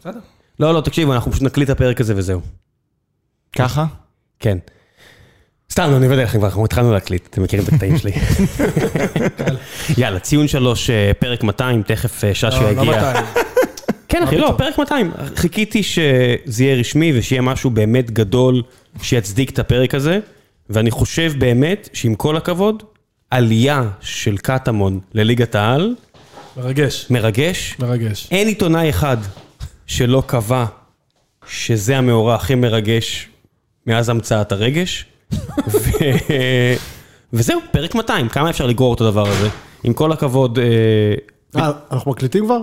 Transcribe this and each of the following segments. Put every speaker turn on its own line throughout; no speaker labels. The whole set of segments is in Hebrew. בסדר.
לא, לא, תקשיבו, אנחנו פשוט נקליט את הפרק הזה וזהו.
ככה?
כן. סתם, לא, אני עובד עליכם כבר, אנחנו התחלנו להקליט, אתם מכירים את הקטעים שלי. יאללה, ציון שלוש, אה, פרק 200, תכף אה, ששו
לא, לא
יגיע.
200.
כן, אחי, לא, פרק 200. חיכיתי שזה יהיה רשמי ושיהיה משהו באמת גדול שיצדיק את הפרק הזה, ואני חושב באמת שעם כל הכבוד, עלייה של קטמון לליגת העל,
מרגש,
מרגש.
מרגש.
אין עיתונאי אחד שלא קבע שזה המאורע הכי מרגש מאז המצאת הרגש. ו... וזהו, פרק 200, כמה אפשר לגרור את הדבר הזה? עם כל הכבוד, אה,
אה, אנחנו מקליטים כבר?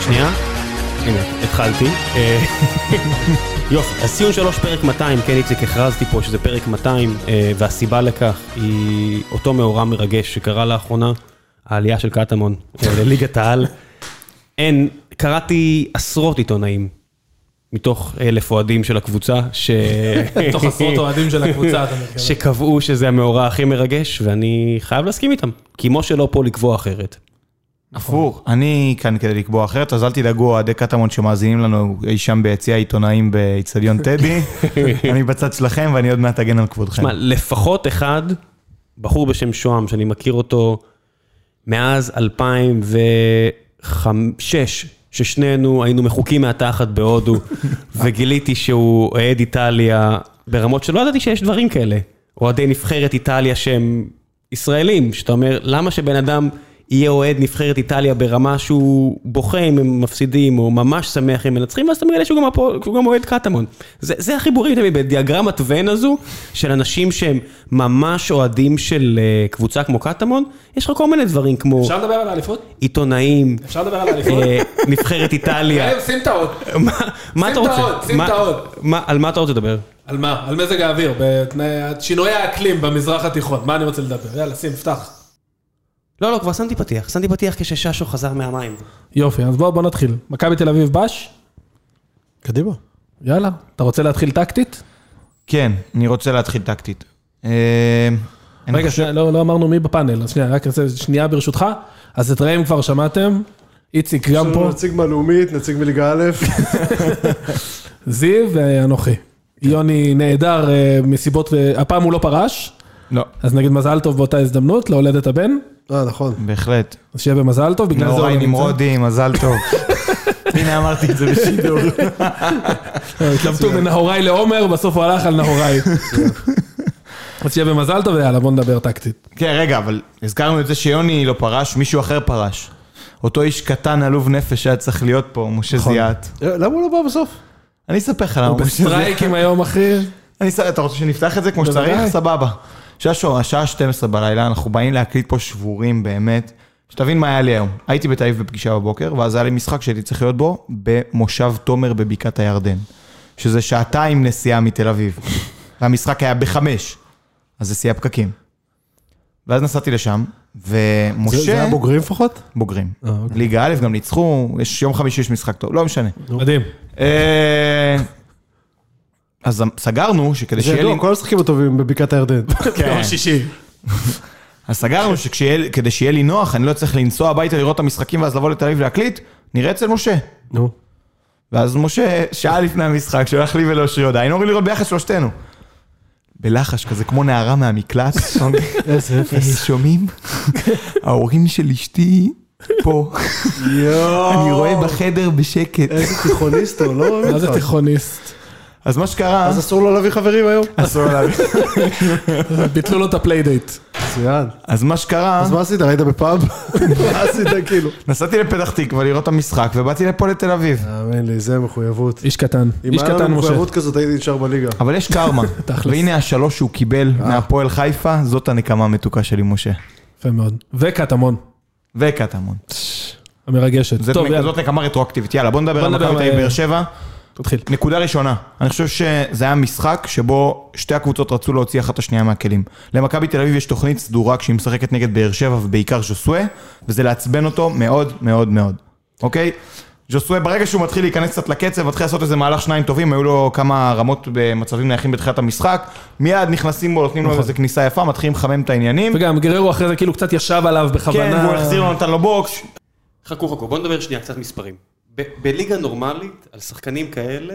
שנייה, הנה, התחלתי. אה, יופי, אז ציון שלוש פרק 200, כן איציק, הכרזתי פה שזה פרק 200, אה, והסיבה לכך היא אותו מאורע מרגש שקרה לאחרונה, העלייה של קטמון אה, לליגת העל. אין, קראתי עשרות עיתונאים מתוך אלף אוהדים של הקבוצה, ש...
מתוך עשרות אוהדים של הקבוצה, אתה מתכוון.
שקבעו שזה המאורע הכי מרגש, ואני חייב להסכים איתם, כי משה לא פה לקבוע אחרת.
נכון.
הפוך. אני כאן כדי לקבוע אחרת, אז אל תדאגו, אוהדי קטמון שמאזינים לנו אי שם ביציע העיתונאים באיצטדיון טדי. אני בצד שלכם ואני עוד מעט אגן על כבודכם.
תשמע, לפחות אחד, בחור בשם שוהם, שאני מכיר אותו מאז 2006, ששנינו היינו מחוקים מהתחת בהודו, וגיליתי שהוא אוהד איטליה ברמות שלא ידעתי שיש דברים כאלה. אוהדי נבחרת איטליה שהם ישראלים, שאתה אומר, למה שבן אדם יהיה אוהד נבחרת איטליה ברמה שהוא בוכה אם הם מפסידים, או ממש שמח אם מנצחים, ואז אתה מגלה שהוא גם, הפועל- שהוא גם אוהד קטמון. זה, זה החיבורים תמיד, בדיאגרמת ון הזו, של אנשים שהם ממש אוהדים של אה, קבוצה כמו קטמון, יש לך כל מיני דברים כמו
אפשר לדבר על האליפות?
עיתונאים,
אפשר לדבר על האליפות?
אה, נבחרת איטליה.
אה, שים את האות.
מה- מה אתה
שים את
רוצה?
האות, שים
מה-
את האות.
מה- על מה אתה רוצה לדבר?
על מה? על מזג האוויר, בתנאי- שינויי האקלים במזרח התיכון, מה אני רוצה לדבר? יאללה, שים, פתח.
לא, לא, כבר שמתי פתיח. שמתי פתיח כשששו חזר מהמים.
יופי, אז בואו נתחיל. מכבי תל אביב בש?
קדימה.
יאללה. אתה רוצה להתחיל טקטית?
כן, אני רוצה להתחיל טקטית. אה, אני
רגע,
חושב-
שנייה, לא לא אמרנו מי בפאנל, אז שנייה, רק נעשה שנייה ברשותך. אז את ראם כבר שמעתם, איציק גם
יש
פה,
לנו נציג מהלאומית, נציג מליגה א',
זיו ואנוכי. יוני נעדר אה, מסיבות, אה, הפעם הוא לא פרש,
לא,
אז נגיד מזל טוב באותה הזדמנות, להולדת הבן,
אה נכון.
בהחלט.
אז שיהיה במזל טוב, בגלל זה הוא לא
נוראי
נמצא.
נמרודי, מזל טוב. הנה אמרתי את זה בשידור.
אה, התלבטו בין נהוראי לעומר, בסוף הוא הלך על נהוראי. אז שיהיה במזל טוב, ויאללה, בוא נדבר טקטית.
כן, רגע, אבל הזכרנו את זה שיוני לא פרש, מישהו אחר פרש. אותו איש קטן, עלוב נפש, שהיה צריך להיות פה, משה זיאת.
אה, למה הוא לא בא בסוף?
אני אספר לך למה
נכון. הוא
משה זיאת.
בסטרייקים היום, אחי.
אני ס- אתה רוצה שנפתח את זה כמו שצריך?
בוודאי.
סבבה. ששו, השעה 12 בלילה, אנחנו באים להקליט פה שבורים באמת. שתבין מה היה לי היום. הייתי בתל אביב בפגישה בבוקר, ואז היה לי משחק שהייתי צריך להיות בו במושב תומר בבקעת הירדן. שזה שעתיים נסיעה מתל אביב. והמשחק היה בחמש. אז זה שיא הפקקים. ואז נסעתי לשם, ומשה...
זה זה היה בוגרים לפחות?
בוגרים.
אה, אוקיי.
ליגה א' גם ניצחו, יש יום חמישי יש משחק טוב, לא משנה.
אוקיי.
מדהים.
אה, אז סגרנו שכדי
זה
שיהיה לי...
ידוע, כל השחקים הטובים בבקעת הירדן.
כן.
שישי.
אז סגרנו שכדי שיהיה לי נוח, אני לא צריך לנסוע הביתה לראות את המשחקים ואז לבוא לתל אביב להקליט, נראה אצל משה.
נו.
ואז משה, שעה לפני המשחק, שולח לי ולאושרי הודעה, היינו אמורים לראות ביחד שלושתנו. בלחש כזה, כמו נערה מהמקלט,
איזה אפס.
אה, שומעים? ההורים של אשתי פה,
יואו.
אני רואה בחדר בשקט.
איזה תיכוניסט הוא, לא רואה
מה זה
אותך.
תיכוניסט?
אז מה שקרה...
אז אסור לו להביא חברים היום?
אסור להביא.
ביטלו לו את הפליידייט.
מצוין.
אז מה שקרה...
אז מה עשית? ראית בפאב? מה עשית כאילו?
נסעתי לפתח תקווה לראות את המשחק, ובאתי לפה לתל אביב.
תאמין לי, זה מחויבות.
איש קטן.
אם
איש
היה
קטן,
לנו
משה.
מחויבות כזאת הייתי נשאר בליגה.
אבל יש קרמה,
תכלס.
והנה השלוש שהוא קיבל מהפועל חיפה, זאת הנקמה המתוקה שלי, משה.
יפה מאוד. וקטמון,
וקטמון.
המרגשת.
זאת
טוב,
נק-
יאללה,
זאת נקמה רטרואקטיבית. יאללה, בוא נדבר
בוא
על
נדבר
מכבי תל
על-
אביב באר שבע.
תתחיל.
נקודה ראשונה, אני חושב שזה היה משחק שבו שתי הקבוצות רצו להוציא אחת את השנייה מהכלים. למכבי תל אביב יש תוכנית סדורה כשהיא משחקת נגד באר שבע ובעיקר ז'וסואה, וזה לעצבן אותו מאוד מאוד מאוד, אוקיי? ז'וסווה, ברגע שהוא מתחיל להיכנס קצת לקצב, מתחיל לעשות איזה מהלך שניים טובים, היו לו כמה רמות במצבים נייחים בתחילת המשחק, מיד נכנסים בו, נותנים לו
נכון.
איזה כניסה יפה, מתחילים לחמם את העניינים.
וגם גררו אחרי זה כאילו קצת ישב עליו בכוונה.
כן, והוא החזיר לו, נתן לו בוקס.
חכו, חכו, בואו נדבר שנייה קצת מספרים. ב- בליגה נורמלית, על שחקנים כאלה,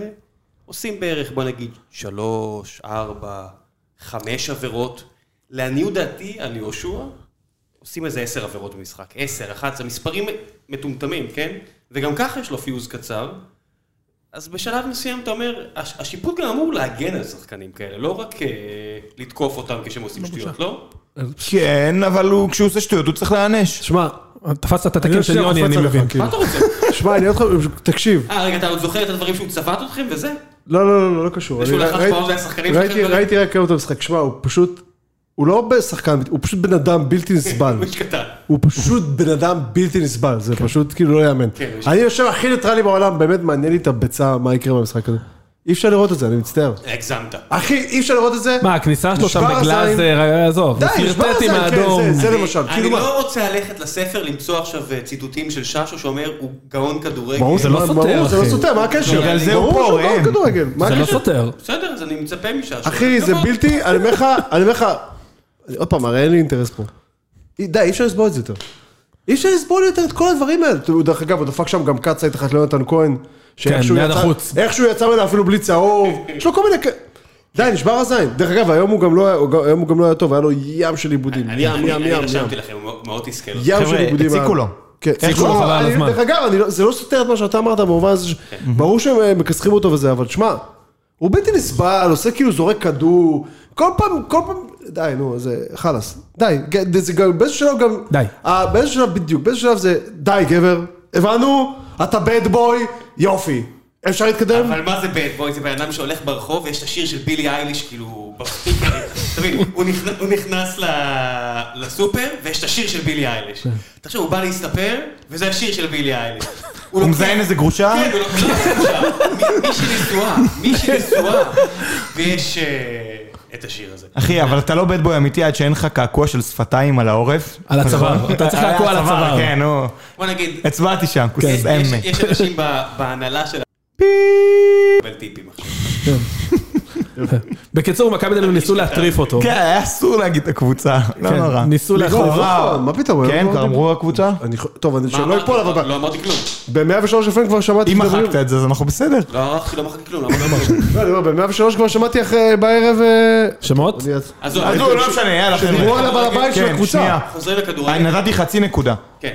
עושים בערך, בוא נגיד, שלוש, ארבע, חמש עבירות. לעניות דעתי, על יהושע, עושים איזה עשר עבירות במשחק. עשר, אחת, זה מספרים מטומטמים, כן? וגם ככה יש לו פיוז קצר. אז בשלב מסוים אתה אומר, הש- השיפוט גם אמור להגן על שחקנים כאלה, לא רק אה, לתקוף אותם כשהם עושים שטויות, לא?
כן, אבל הוא- כשהוא עושה שטויות, הוא צריך להיענש.
שמע, תפסת את
אני
התקן של
שנייה
יוני,
קופץ
אני
עליך,
מבין.
כאילו.
מה אתה רוצה?
שמע, אני עוד לך, תקשיב.
אה, רגע, אתה עוד זוכר את הדברים שהוא צבט אתכם וזה?
לא, לא, לא, לא קשור.
ושהוא
אני
לחץ
ראיתי-
פעם מהשחקנים
ראיתי-
שלכם?
ראיתי רק היום את המשחק. שמע, הוא פשוט... הוא לא בשחקן, הוא פשוט בן אדם בלתי נסבל.
הוא איש קטן.
הוא פשוט בן אדם בלתי נסבל, זה פשוט כאילו לא יאמן.
כן, יש-
אני יושב הכי ניטרלי בעולם, באמת מעניין לי את הביצה, מה יקרה במשחק הזה. אי אפשר לראות את זה, אני מצטער.
הגזמת.
אחי, אי אפשר לראות את זה.
מה, הכניסה שלו שם
נשבר
בגלאזר, אה, עזוב,
די,
הוא
נשבר
פלרטט עם
הזין, כן,
האדום.
זה- זה למשל,
אני
כאילו מה?
לא רוצה ללכת לספר למצוא עכשיו אה, ציטוטים של ששו שאומר הוא גאון כדורגל.
ברור,
זה לא
מה-
סותר,
ברור, זה
אחי.
לא סותר, מה הקשר?
בגלל זה הוא
ברור
פה,
שהוא
ראם.
גאון כדורגל, מה
זה לא
הקשר?
סותר.
בסדר, אז אני מצפה מששו. לא,
אחי, זה
גמור.
בלתי, אני אומר לך, אני אומר לך, אני- עוד פעם, הרי אין לי אינטרס פה. אי- די, אי אפשר לסבול את זה יותר. אי אפשר לסבול יותר את כל הדברים האלה. אתה- דרך אגב, הוא דפק שם גם קצה מתחת ליונתן כהן. שאיכשהו
מיד
יצא-
כן, החוץ.
איכשהו יצא ממנו אפילו בלי צהוב. יש לו כל מיני... כ- די, נשבר הזין. דרך אגב, היום הוא גם לא היה- הוא גם- היום הוא גם לא היה טוב, היה לו ים של עיבודים.
אני-
ים, ים,
אני
ים,
אני
ים.
רשמתי לכם, הוא מאוד- מאוד תסכל. אותי.
ים של
חבר'ה,
עיבודים.
הציקו
היה.
לו.
כן,
הציקו
איכשהו-
לו, חבל על
אני-
הזמן. כן.
דרך אגב, אני לא- זה לא סותר את מה שאתה אמרת במובן הזה, ש- ברור שהם אה, מכסחים אותו וזה, אבל שמע, הוא בלתי נסבל, עושה כאילו זורק כדור, כל פעם, כל פעם, די, נו, זה חלאס, די, ג- זה גם, באיזשהו שלב גם,
די.
אה, באיזשהו שלב בדיוק, באיזשהו שלב זה, די גבר, הבנו, אתה בד בוי, יופי, אפשר להתקדם?
אבל מה זה בד בוי? זה בן אדם שהולך ברחוב ויש את השיר של בילי אייליש כאילו בספיקר. אתה מבין, הוא נכנס- הוא נכנס ל- לסופר ויש את השיר של בילי אייליש.
כן.
תחשוב, הוא בא להסתפר וזה השיר של בילי אייליש.
הוא
לוקח-
מזיין איזה גרושה?
אה.
כן, הוא לא מי- מי שנשואה, מי שנשואה, ויש אה, את השיר הזה.
אחי, אבל אתה לא בד בוי אמיתי עד שאין לך קעקוע של שפתיים על העורף. נכון?
על הצוואר, אתה צריך לעקוע על הצוואר.
כן, נו.
בוא נגיד,
הצבעתי שם, כוסס
כן. יש-
אמה.
יש אנשים ב- בהנהלה של ה... פיפ. טיפים עכשיו.
בקיצור, מכבי תל אביב ניסו להטריף אותו.
כן, היה אסור להגיד את הקבוצה, לא
כן,
נורא.
ניסו
לא,
להחליף.
לא, מה פתאום?
כן, כבר אמרו הקבוצה?
אני ח- טוב, אני
מה
שלא
אמרתי?
ייפול, אבל
לא אמרתי כלום.
ב-103 FM כבר שמעתי
אם
שמדברים-
מחקת את זה, אז אנחנו בסדר.
לא ערכתי, לא מחקתי כלום, לא אמרתי כלום.
לא, אני אומר, ב-103 כבר שמעתי אחרי בערב... אה,
שמות?
אני-
עזוב,
אז
עזוב,
לא משנה, יאללה, חבר'ה.
שדיברו על הבעל הבית של
כן, שנייה.
הקבוצה.
חוזרים
אני
לכדורגל.
נתתי חצי נקודה.
כן.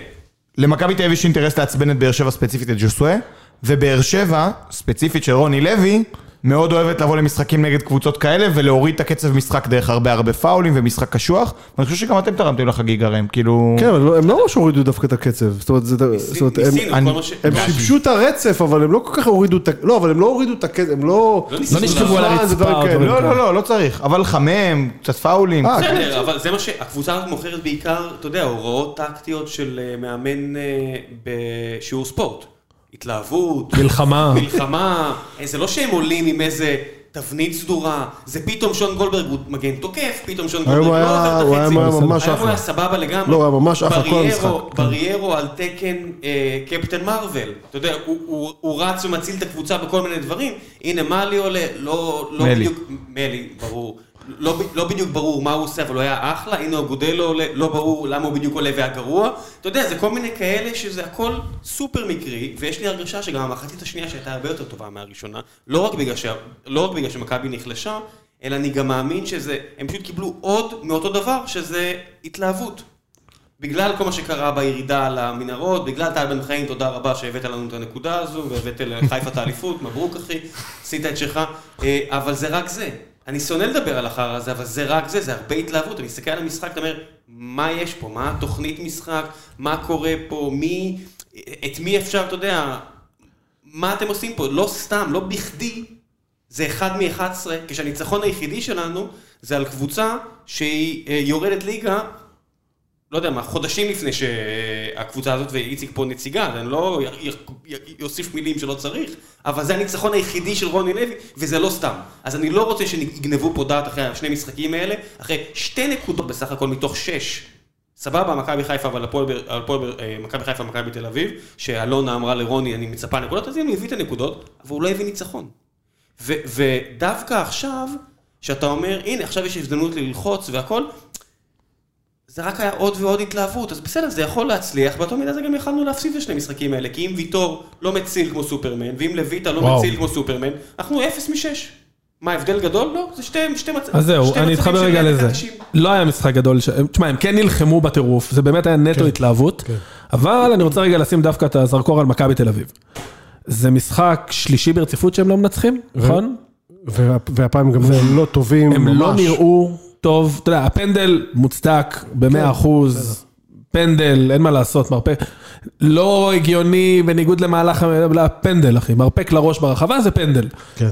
למכבי תל אביב יש אינטרס לעצבן את באר שבע ספציפית את ג'וסואה, ובאר שבע, ספציפית של רוני לוי, מאוד אוהבת לבוא למשחקים נגד קבוצות כאלה ולהוריד את הקצב משחק דרך הרבה הרבה פאולים ומשחק קשוח. ואני חושב שגם אתם תרמתם לחגיגה ראם, כאילו...
כן, אבל לא- הם לא ממש הורידו דווקא את הקצב. זאת אומרת, זה- זאת אומרת, הם-
ניסינו, כל
אני-
מה ש... לא,
הם שיבשו את הרצף, אבל הם לא כל כך הורידו את הקצב. לא, אבל הם לא הורידו את הקצב, הם לא...
לא ניסינו
לא נשכבו
לעשות.
על הרצפה
זה דברים
או
כאלה.
דברים
לא,
כאלה.
לא, לא, לא צריך. אבל חמם, קצת פאולים.
אה,
בסדר, אבל זה מה שהקבוצה הזאת מוכרת בעיקר, אתה יודע, הוראות טקטיות של אה, מאמן אה, בשיעור ספורט. התלהבות,
מלחמה.
מלחמה, אה, זה לא שהם עולים עם איזה תבנית סדורה, זה פתאום שון גולדברג הוא מגן תוקף, פתאום שון
היום
גולדברג
הוא
לא
היה-
עובר את החצי.
הוא היה ממש
היום הוא
אחלה.
היה סבבה לגמרי.
לא, הוא היה ממש אחלה כל
בריירו-
המשחק.
בריירו על תקן אה, קפטן מרוויל. אתה יודע, הוא- הוא- הוא רץ ומציל את הקבוצה בכל מיני דברים. הנה, מאלי עולה, לא לא
מלי.
בדיוק... מלי, ברור. לא, ב- לא בדיוק ברור מה הוא עושה, אבל הוא היה אחלה. הנה, אגודלו עולה, לא ברור למה הוא בדיוק עולה והיה גרוע. אתה יודע, זה כל מיני כאלה שזה הכל סופר מקרי, ויש לי הרגשה שגם המחצית השנייה שהייתה הרבה יותר טובה מהראשונה, לא רק בגלל, שה... לא רק בגלל שמכבי נחלשה, אלא אני גם מאמין שזה, הם פשוט קיבלו עוד מאותו דבר, שזה התלהבות. בגלל כל מה שקרה בירידה על המנהרות, בגלל טל בן חיים, תודה רבה שהבאת לנו את הנקודה הזו, והבאת לחיפה את האליפות, מברוק אחי, עשית את שלך, אה, אבל זה רק זה. אני שונא לדבר על החרא הזה, אבל זה רק זה, זה הרבה התלהבות. אני מסתכל על המשחק, אתה אומר, מה יש פה? מה התוכנית משחק? מה קורה פה? מי... את מי אפשר, אתה יודע, מה אתם עושים פה? לא סתם, לא בכדי, זה אחד מ-11, כשהניצחון היחידי שלנו זה על קבוצה שהיא אה, יורדת ליגה, לא יודע מה, חודשים לפני שהקבוצה הזאת, ואיציק פה נציגה, אז אני לא י- י- י- יוסיף מילים שלא צריך, אבל זה הניצחון היחידי של רוני לוי, וזה לא סתם. אז אני לא רוצה שיגנבו פה דעת אחרי השני משחקים האלה, אחרי שתי נקודות בסך הכל מתוך שש סבבה, מכבי חיפה, אבל הפועל באר- הפועל באר- אה, מכבי חיפה, מכבי תל אביב, שאלונה אמרה לרוני, אני מצפה לנקודות, אז הנה, הוא הביא את הנקודות, אבל הוא לא הביא ניצחון. ו- ודווקא עכשיו, שאתה אומר, הנה, עכשיו יש הזדמנות ללחוץ והכל, זה רק היה עוד ועוד התלהבות, אז בסדר, זה יכול להצליח, באותו מידה זה גם יכלנו להפסיד את שני המשחקים האלה, כי אם ויטור לא מציל כמו סופרמן, ואם לויטה לא
וואו.
מציל כמו סופרמן, אנחנו אפס משש. מה, הבדל גדול? לא, זה שתי, שתי מצבים.
אז זהו, אני אתחבר רגע לזה. לא היה משחק גדול, ש- תשמע, הם כן נלחמו בטירוף, זה באמת היה
כן,
נטו התלהבות, אבל אני רוצה רגע לשים דווקא את הזרקור על מכבי תל אביב. זה משחק שלישי ברציפות שהם לא מנצחים, נכון?
וה- והפעם גם הם לא טובים
הם
ממש.
לא נראו טוב, אתה יודע, הפנדל מוצדק
כן,
במאה אחוז, פנדל, אין מה לעשות, מרפק, לא הגיוני בניגוד למהלך ה- הפנדל, אחי, מרפק לראש ברחבה זה פנדל.
כן.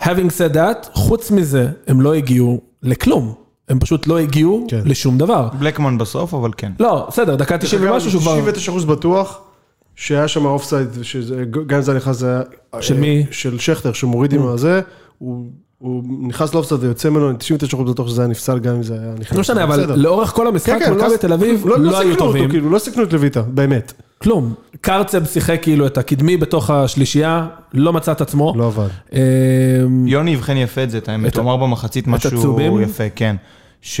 Having said that, חוץ מזה, הם לא הגיעו לכלום, הם פשוט לא הגיעו
כן.
לשום דבר.
בלקמן בסוף, אבל כן.
לא, בסדר, דקה 90 ומשהו שהוא כבר...
99% בטוח
שהיה שם אופסייד, שזה- גם אם זה היה נכנס, זה היה... אה,
של מי? אה.
של שכטר, שמוריד עם הזה, הוא... הוא נכנס לאופסייד ויוצא ממנו, אני 99% בטוח שזה היה נפסל גם אם זה היה נכנס.
לא משנה, אבל
בסדר.
לאורך כל המשחק,
כן, כן,
מכבי
לא-
תל אביב לא היו
סיכנו אותו,
טובים.
כאילו, לא סיכנו את לויטה, באמת.
כלום. קרצב שיחק כאילו את הקדמי בתוך השלישייה, לא מצא את עצמו.
לא עבד.
אמ,
יוני אבחן יפה את זה, את האמת,
את ה-
הוא אמר במחצית
הצהובים?
משהו יפה, כן.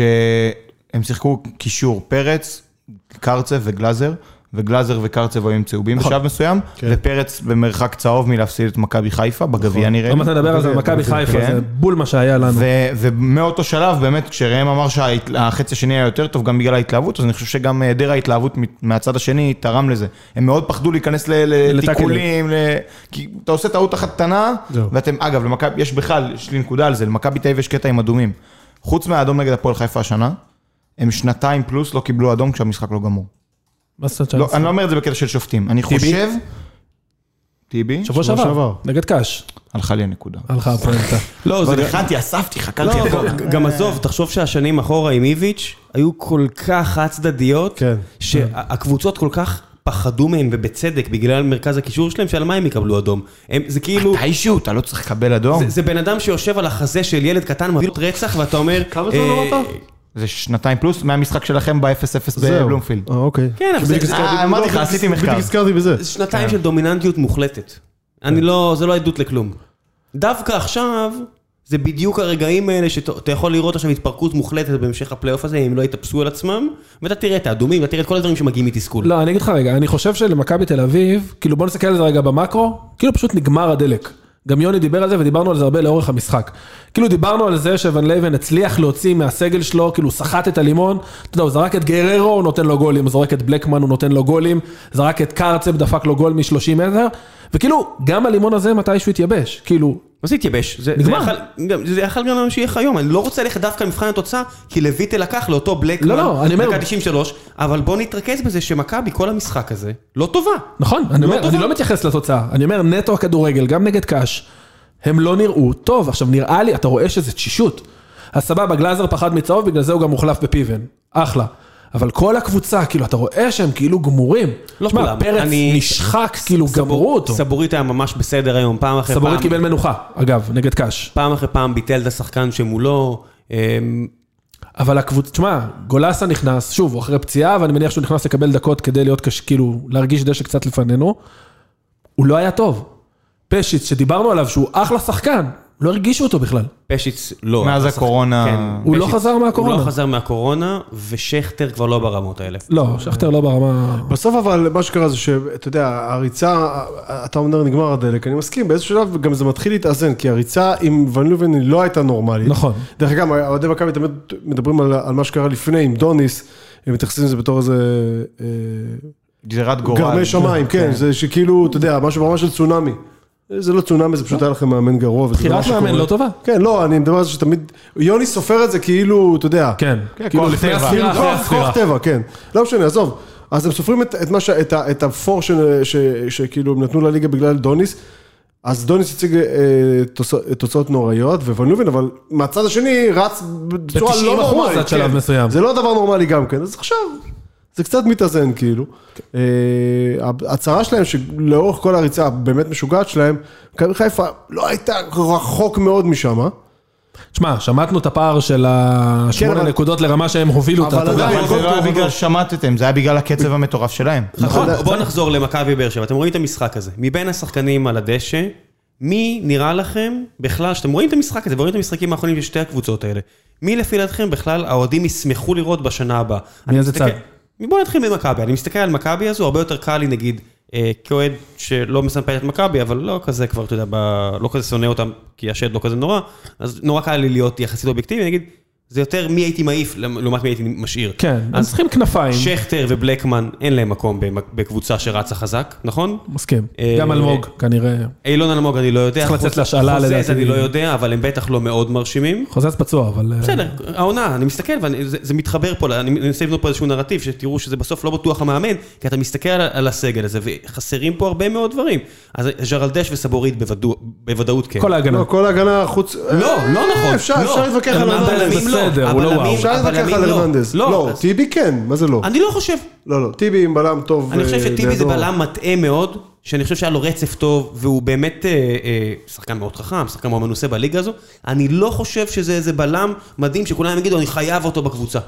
שהם שיחקו קישור פרץ, קרצב וגלאזר, וגלאזר וקרצב היו עם צהובים
נכון.
בשלב מסוים,
כן.
ופרץ במרחק צהוב מלהפסיד את מכבי חיפה, בגביע נראה
עוד
לי.
לא מעט נדבר על זה, על מכבי חיפה,
כן.
זה בול מה שהיה לנו.
ו- ומאותו שלב, באמת, כשראם אמר שהחצי השני היה יותר טוב גם בגלל ההתלהבות, אז אני חושב שגם היעדר ההתלהבות מ- מהצד השני תרם לזה. הם מאוד פחדו להיכנס ל- לתיקולים, ל- כי אתה עושה טעות אחת קטנה,
זהו.
ואתם, אגב, למכבי, יש בכלל, יש לי נקודה על זה, למכבי תל אביב יש קטע עם אדומים. חוץ מהאדום נגד הפועל חיפה השנה, הם שנתיים פלוס לא קיבלו אדום כשהמשחק לא גמור.
מה זאת
לא,
אומרת?
אני לא אומר את זה בקטע של שופטים, אני חושב... טיבי,
שבוע
שעבר.
שעבר, נגד קאש,
הלכה לי הנקודה.
הלכה הפואנטה.
לא,
אבל הכנתי, אספתי, חקרתי הכל.
גם עזוב, תחשוב שהשנים אחורה עם איביץ' היו כל כך חד-צדדיות,
כן.
שהקבוצות כל כך פחדו מהם, ובצדק, בגלל מרכז הקישור שלהם, שעל מה הם יקבלו אדום? הם- זה כאילו...
מתישהו, אתה לא צריך לקבל אדום.
זה- זה בן אדם שיושב על החזה של ילד קטן, מביא לו את רצח, ואתה אומר...
כמה זמן
אה,
אמרת?
זה שנתיים פלוס מהמשחק שלכם ב-0-0
זהו.
בבלומפילד.
אה, אוקיי.
כן, אבל זה-
אה, אמרתי לך, עשיתי מחקר.
בדיוק הזכרתי בזה.
זה
כן.
שנתיים של דומיננטיות מוחלטת. אני לא, זה לא עדות לכלום. דווקא עכשיו, זה בדיוק הרגעים האלה שאתה יכול לראות עכשיו התפרקות מוחלטת בהמשך הפלייאוף הזה, אם לא יתאפסו על עצמם, ואתה תראה את האדומים, ואתה תראה את כל הדברים שמגיעים מתסכול.
לא, אני אגיד לך רגע, אני חושב שלמכבי תל אביב, כאילו בוא נסתכל על זה רגע במקרו, כאילו פשוט נגמר הדלק. גם יוני דיבר על זה ודיברנו על זה הרבה לאורך המשחק. כאילו דיברנו על זה שוון לייבן הצליח להוציא מהסגל שלו, כאילו הוא סחט את הלימון, אתה יודע, הוא זרק את גררו, הוא נותן לו גולים, הוא זורק את בלקמן, הוא נותן לו גולים, זרק את קרצב, דפק לו גול מ-30 מטר, וכאילו, גם הלימון הזה מתישהו התייבש, כאילו,
מה זה התייבש? זה-
נגמר.
זה יכל- גם- זה יכול גם להמשיך היום, אני לא רוצה ללכת דווקא למבחן התוצאה, כי לויטה לקח לאותו בלקמן,
לא, לא, אני אומר-
דקה 93, אבל בוא נתרכז בזה שמכבי, כל המשחק הזה, לא טובה.
נכון, אני, אומר,
טובה.
אני לא מתייחס לתוצאה, אני אומר נטו הכדורגל, גם נגד קאש, הם לא נראו טוב. עכשיו נראה לי, אתה רואה שזה תשישות. אז סבבה, גלאזר פחד מצהוב, בגלל זה הוא גם הוחלף בפיבן, אחלה. אבל כל הקבוצה, כאילו, אתה רואה שהם כאילו גמורים.
לא
שמע,
כולם,
פרץ
אני-
נשחק, כאילו
סבור-
גמרו אותו.
סבורית היה ממש בסדר היום, פעם אחרי פעם.
סבורית קיבל מנוחה, אגב, נגד קאש.
פעם אחרי פעם ביטל את השחקן שמולו. אמ,
אבל הקבוצה, תשמע, גולסה נכנס, שוב, הוא אחרי פציעה, ואני מניח שהוא נכנס לקבל דקות כדי להיות קשה, כאילו, להרגיש דשא קצת לפנינו. הוא לא היה טוב. פשיץ, שדיברנו עליו, שהוא אחלה שחקן, לא הרגישו אותו בכלל.
פשיץ לא.
מאז
השחק-
הקורונה-
הוא לא
פשיץ-
חזר מהקורונה.
הוא לא חזר מהקורונה, ושכטר כבר לא ברמות האלה.
לא, שכטר לא ברמה...
בסוף אבל מה שקרה זה שאתה יודע, הריצה, אתה אומר נגמר הדלק, אני מסכים, באיזשהו שלב גם זה מתחיל להתאזן, כי הריצה עם ון לובן היא לא הייתה נורמלית.
נכון.
דרך אגב, אוהדי מכבי תמיד מדברים על, על מה שקרה לפני עם דוניס, הם מתייחסים לזה בתור איזה אה,
גזירת גורל.
גרמי שמיים, כן, זה שכאילו, אתה יודע, משהו ברמה של צונאמי. זה לא צונאמי, זה פשוט היה לכם מאמן גרוע. וזה
בחירת
מה שקורה.
מאמן לא טובה.
כן, לא, אני מדבר על זה שתמיד, יוני סופר את זה כאילו, אתה יודע.
כן.
כן,
כאילו,
כוח
לפני
טבע.
הספירה,
כאילו,
אחרי
כוח-
הספירה.
כוח טבע, כן. לא משנה, עזוב. אז הם סופרים את, את, מה ש, את, ה- את הפור ש, ש, שכאילו הם נתנו לליגה בגלל דוניס. אז דוניס הציג אה, תוצא, תוצאות נוראיות, וון לובן, אבל מהצד השני רץ בצורה
ב- 90%
לא נורמלית.
עד שלב מסוים.
זה לא דבר נורמלי גם כן, אז עכשיו, זה קצת מתאזן כאילו.
כן.
אה, הצרה שלהם, שלאורך כל הריצה הבאמת משוגעת שלהם, מכבי חיפה לא הייתה רחוק מאוד משם.
שמע, שמטנו את הפער של השמונה
כן, אבל-
נקודות לרמה שהם הובילו אותה.
אבל
אתה יודע.
עדיין,
אבל זה לא היה בגלל ששמטתם, זה היה בגלל הקצב המטורף שלהם.
נכון,
אבל-
בואו נחזור למכבי באר שבע. אתם רואים את המשחק הזה. מבין השחקנים על הדשא, מי נראה לכם בכלל, שאתם רואים את המשחק הזה ורואים את המשחקים האחרונים של שתי הקבוצות האלה, מי לפי דעתכם בכלל האוהדים ישמחו לראות בשנה הבאה? אני
מאיזה
מסתכל-
צד?
בואו נתחיל ממכבי. אני מסתכל על מכבי הזו, הרבה יותר קל לי נגיד, אה, כאוהד שלא מסמפל את מכבי, אבל לא כזה כבר, אתה יודע, ב- לא כזה שונא אותם, כי השד לא כזה נורא, אז נורא קל לי להיות יחסית אובייקטיבי, נגיד, זה יותר מי הייתי מעיף לעומת מי הייתי משאיר.
כן, הם
אז
צריכים כנפיים,
שכטר ובלקמן אין להם מקום במק- בקבוצה שרצה חזק, נכון?
מסכים.
אה,
גם אלמוג, כנראה.
אילון אלמוג אני לא יודע.
צריך לצאת
חוז-
להשאלה,
חוזז
לדעתי.
אני לא יודע, אבל הם בטח לא מאוד מרשימים.
חוזז פצוע, אבל... אה,
בסדר, העונה, אני מסתכל, וזה מתחבר פה, אני מנסה לבנות פה איזשהו נרטיב, שתראו שזה בסוף לא בטוח המאמן, כי אתה מסתכל על, על הסגל הזה, וחסרים פה הרבה מאוד דברים. אז ז'רלדש וסבורית בוודאו- בוודאות כן.
כל ההגנה.
לא, כל ההגנה חוץ...
לא, לא נכון.
אפשר
לא.
אפשר להתווכח על
הבלמים
הרנדז.
הרנדז, בסדר,
לא,
הוא לא וואו.
הבלמים-
אפשר להתווכח
הבלמים
על
לא.
הרננדז.
לא,
לא,
אז-
טיבי כן, מה זה לא?
אני לא חושב.
לא, לא, טיבי עם בלם טוב.
אני חושב
אה,
שטיבי זה
לידו.
בלם מטעה מאוד, שאני חושב שהיה לו רצף טוב, והוא באמת אה, אה, שחקן מאוד חכם, שחקן מאוד מנוסה בליגה הזו. אני לא חושב שזה איזה בלם מדהים שכולם יגידו, אני חייב אותו בקבוצה.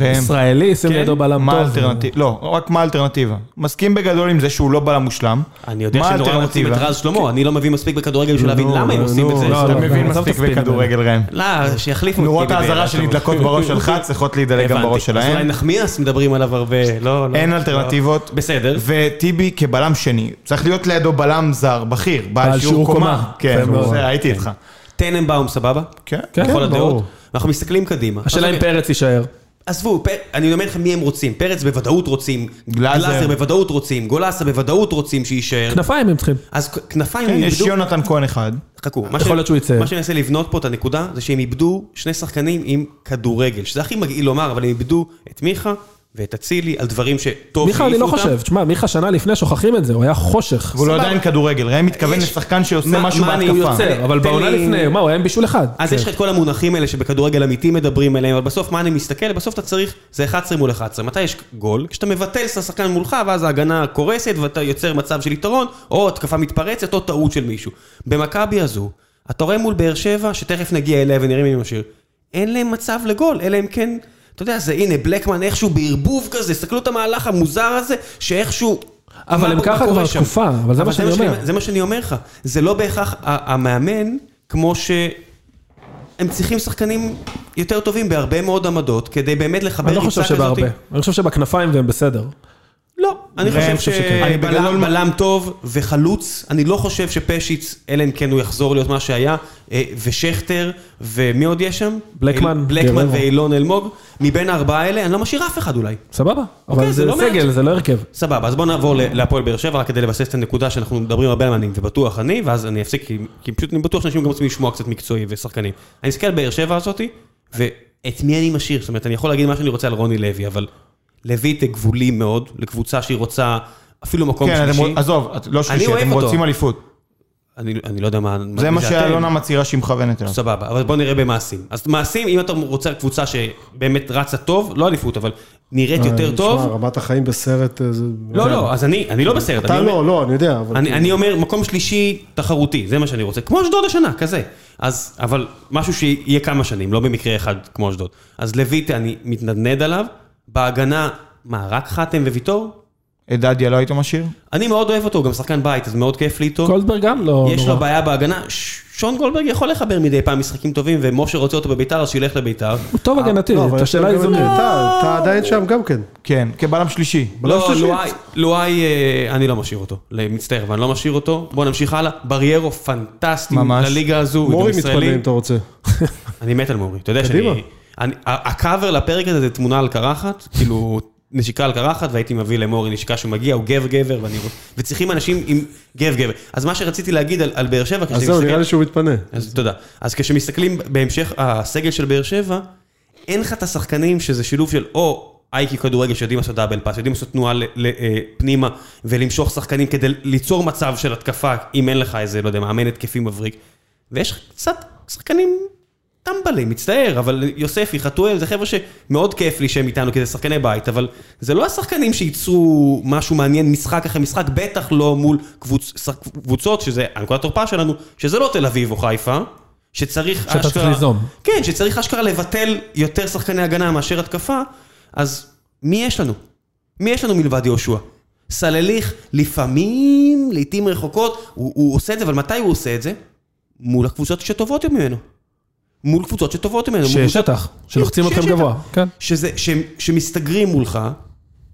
ראם,
ישראלי, שים
כן?
לידו בלם טוב.
מה
הוא-
האלטרנטיבה? לא, רק מה האלטרנטיבה. מסכים בגדול עם זה שהוא לא בלם מושלם.
אני יודע
מה
שנורא רוצים את
האלטרנטיבה? כן.
רז שלמה, אני לא מבין מספיק בכדורגל בשביל להבין למה הם עושים את זה.
לא,
אתה
לא,
מבין
לא, עזוב
מספיק
את הספינים
בכדורגל ראם.
לא, שיחליפו את
נורות
טיבי
האזהרה
בעיניי.
שנדלקות בראש שלך צריכות להידלק גם
הבנתי.
בראש
אז אולי
שלהם.
נחמיאס מדברים עליו הרבה, לא... לא-
אין
לא.
אלטרנטיבות.
בסדר.
וטיבי כבלם שני. צריך להיות לידו בלם זר, בכיר,
בעל
בעל
שיעור
שיעור
קומה.
קומה. כן,
יפה מאוד.
זה, הייתי איתך.
טננבאום סבבה?
כן,
כן,
בכל
ברור.
הדעות. אנחנו מסתכלים קדימה.
השאלה אם
אוקיי.
פרץ יישאר.
עזבו, פ... אני אומר לכם מי הם רוצים. פרץ בוודאות רוצים,
גלאזר.
גלאזר בוודאות רוצים, גולאסה בוודאות רוצים שיישאר.
כנפיים הם צריכים.
אז כ- כנפיים
כן,
הם
יש
איבדו...
יונתן כהן אחד.
חכו, מה
יכול להיות שהוא יצא.
מה שאני מנסה לבנות פה את הנקודה, זה שהם איבדו שני שחקנים עם כדורגל, שזה הכי מגעיל לומר, אבל הם איבדו את מיכה ואת אצילי על דברים שטוב
מיכה, אני
שהעיפו
לא
אותם.
חושב. תשמע, מיכה שנה לפני שוכחים את זה, הוא היה חושך.
והוא לא
סבבה.
יודע עם כדורגל. ראם מתכוון
יש-
לשחקן שעושה
מה-
משהו
מה אני
הוא
בהתקפה. כן,
יוצר, אבל
תן
בעונה
לי-
לפני, מה, הוא היה עם בישול אחד.
אז
כן.
יש לך את כל המונחים האלה שבכדורגל אמיתי מדברים עליהם, אבל בסוף מה אני מסתכל? בסוף אתה צריך, זה 11 מול 11. מתי יש גול? כשאתה מבטל את השחקן מולך, ואז ההגנה קורסת, ואתה יוצר מצב של יתרון, או התקפה מתפרצת, או טעות של מישהו. במכבי הזו, אתה רואה מול באר שבע, שתכף נגיע אליה ונראה מי משאיר, אין להם מצב לגול, אלא אם כן, אתה יודע, זה הנה, בלקמן איכשהו בערבוב כזה, תסתכלו את המהלך המוזר הזה, שאיכשהו...
אבל
מה-
הם
מה
ככה
קורה
כבר
שם?
תקופה, אבל זה מה שאני
שאני-
אומר.
זה מה שאני אומר לך, זה לא בהכרח ה- המאמן, כמו ש... הם צריכים שחקנים יותר טובים בהרבה מאוד עמדות, כדי באמת לחבר
אני לא
קבוצה
חושב
כזאת.
שבהרבה. אני חושב שבכנפיים והם בסדר.
לא, אני
אני
חושב
חושב שכן. אני
שבלם
בגדול-
בלם טוב וחלוץ, אני לא חושב שפשיץ, אלא אם כן הוא יחזור להיות מה שהיה, אה, ושכטר, ומי עוד יש שם?
בלקמן,
אל- בלקמן
גררו.
ואילון אלמוג. מבין הארבעה האלה, אני לא משאיר אף אחד אולי.
סבבה.
אוקיי,
אבל
זה
זה
לא מעט.
סגל, זה לא הרכב.
סבבה, אז בואו נעבור ל- להפועל באר שבע, רק כדי לבסס את הנקודה שאנחנו מדברים הרבה על מאמנים, ובטוח אני, ואז אני אפסיק, כי, כי פשוט אני בטוח שאנשים גם רוצים לשמוע קצת מקצועי ושחקנים. אני מסתכל על באר שבע הזאתי, ואת מי אני משאיר? זאת אומרת, אני יכול להגיד מה שאני רוצה על רוני לוי, אבל לויט גבולי מאוד, לקבוצה שהיא רוצה אפילו מקום
כן,
שלישי.
אתם- עזוב, את- לא שלישי,
אוהב
אתם
אותו.
רוצים אליפות.
אני, אני לא יודע מה...
זה מה
אתם.
שאלונה מצהירה שהיא מכוונת אליו.
סבבה, אבל בוא נראה במעשים. אז מעשים, אם אתה רוצה קבוצה שבאמת רצה טוב, לא אליפות, אבל נראית
אה,
אה,
יותר
שמע,
טוב...
רמת החיים בסרט אה, זה...
לא, לא, אז אני, אני לא בסרט.
אתה
אני אומר-
לא, לא, אני יודע, אבל...
אני, אני אומר, מקום שלישי תחרותי, זה מה שאני רוצה. כמו אשדוד השנה, כזה. אז, אבל משהו שיהיה כמה שנים, לא במקרה אחד כמו אשדוד. אז לויט, אני מתנדנד עליו. בהגנה, מה, רק חתם וויטור?
את דדיה לא היית משאיר?
אני מאוד אוהב אותו, הוא גם שחקן בית, אז מאוד כיף לי איתו.
גולדברג גם לא
יש לו
נורא.
בעיה בהגנה. ש- שון גולדברג יכול לחבר מדי פעם משחקים טובים, ומשה רוצה אותו בביתר, אז שילך לביתר.
הוא טוב הגנתי,
לא, אבל
את
יש להם
השאלה
גם את
איזונית.
נטע, אתה עדיין שם גם כן.
כן, כבלם שלישי.
לא,
שלישי.
לואי, לואי, אה, אני לא משאיר אותו. מצטער, אבל אני לא משאיר אותו. בואו נמשיך הלאה. בריירו פנטסטי
ממש.
לליגה הזו. הוא גם
מורי
ישראלי.
מתפנה אם אתה רוצה.
אני מת על מורי, אתה יודע
קדימה.
שאני... אני, ה- הקאבר לפרק הזה זה תמונה על קרחת, כאילו נשיקה על קרחת, והייתי מביא למורי נשיקה שהוא מגיע, הוא גב גבר, ואני רוצ... וצריכים אנשים עם גב גבר. אז מה שרציתי להגיד על, על באר שבע,
אז
כשאני
זהו, נראה
מסתכל...
לי שהוא מתפנה.
אז תודה. אז כשמסתכלים בהמשך הסגל של באר שבע, אין לך את השחקנים שזה שילוב של או אייקי כדורגל שיודעים לעשות דאבל פאס, יודעים לעשות תנועה ל- ל- אה, פנימה ולמשוך שחקנים כדי ליצור מצב של התקפה, אם אין לך איזה, לא יודע, מאמן התקפי מבריק. ויש לך קצת שחקנים טמבלים, מצטער, אבל יוספי, חתואל, זה חבר'ה שמאוד כיף לי שהם איתנו, כי זה שחקני בית, אבל זה לא השחקנים שייצרו משהו מעניין משחק אחרי משחק, בטח לא מול קבוצ... שח- קבוצות, שזה הנקודת תורפה שלנו, שזה לא תל אביב או חיפה, שצריך
שאתה צריך ליזום.
כן, שצריך אשכרה לבטל יותר שחקני הגנה מאשר התקפה, אז מי יש לנו? מי יש לנו מלבד יהושע? סלליך לפעמים, לעיתים רחוקות, הוא, הוא עושה את זה, אבל מתי הוא עושה את זה? מול הקבוצות שטובות ממנו. מול קבוצות שטובות ממנו. מול
שיש
קבוצות-
שטח, שלוחצים
שיש
אתכם
שטח.
גבוה, כן.
שזה, ש, שמסתגרים מולך,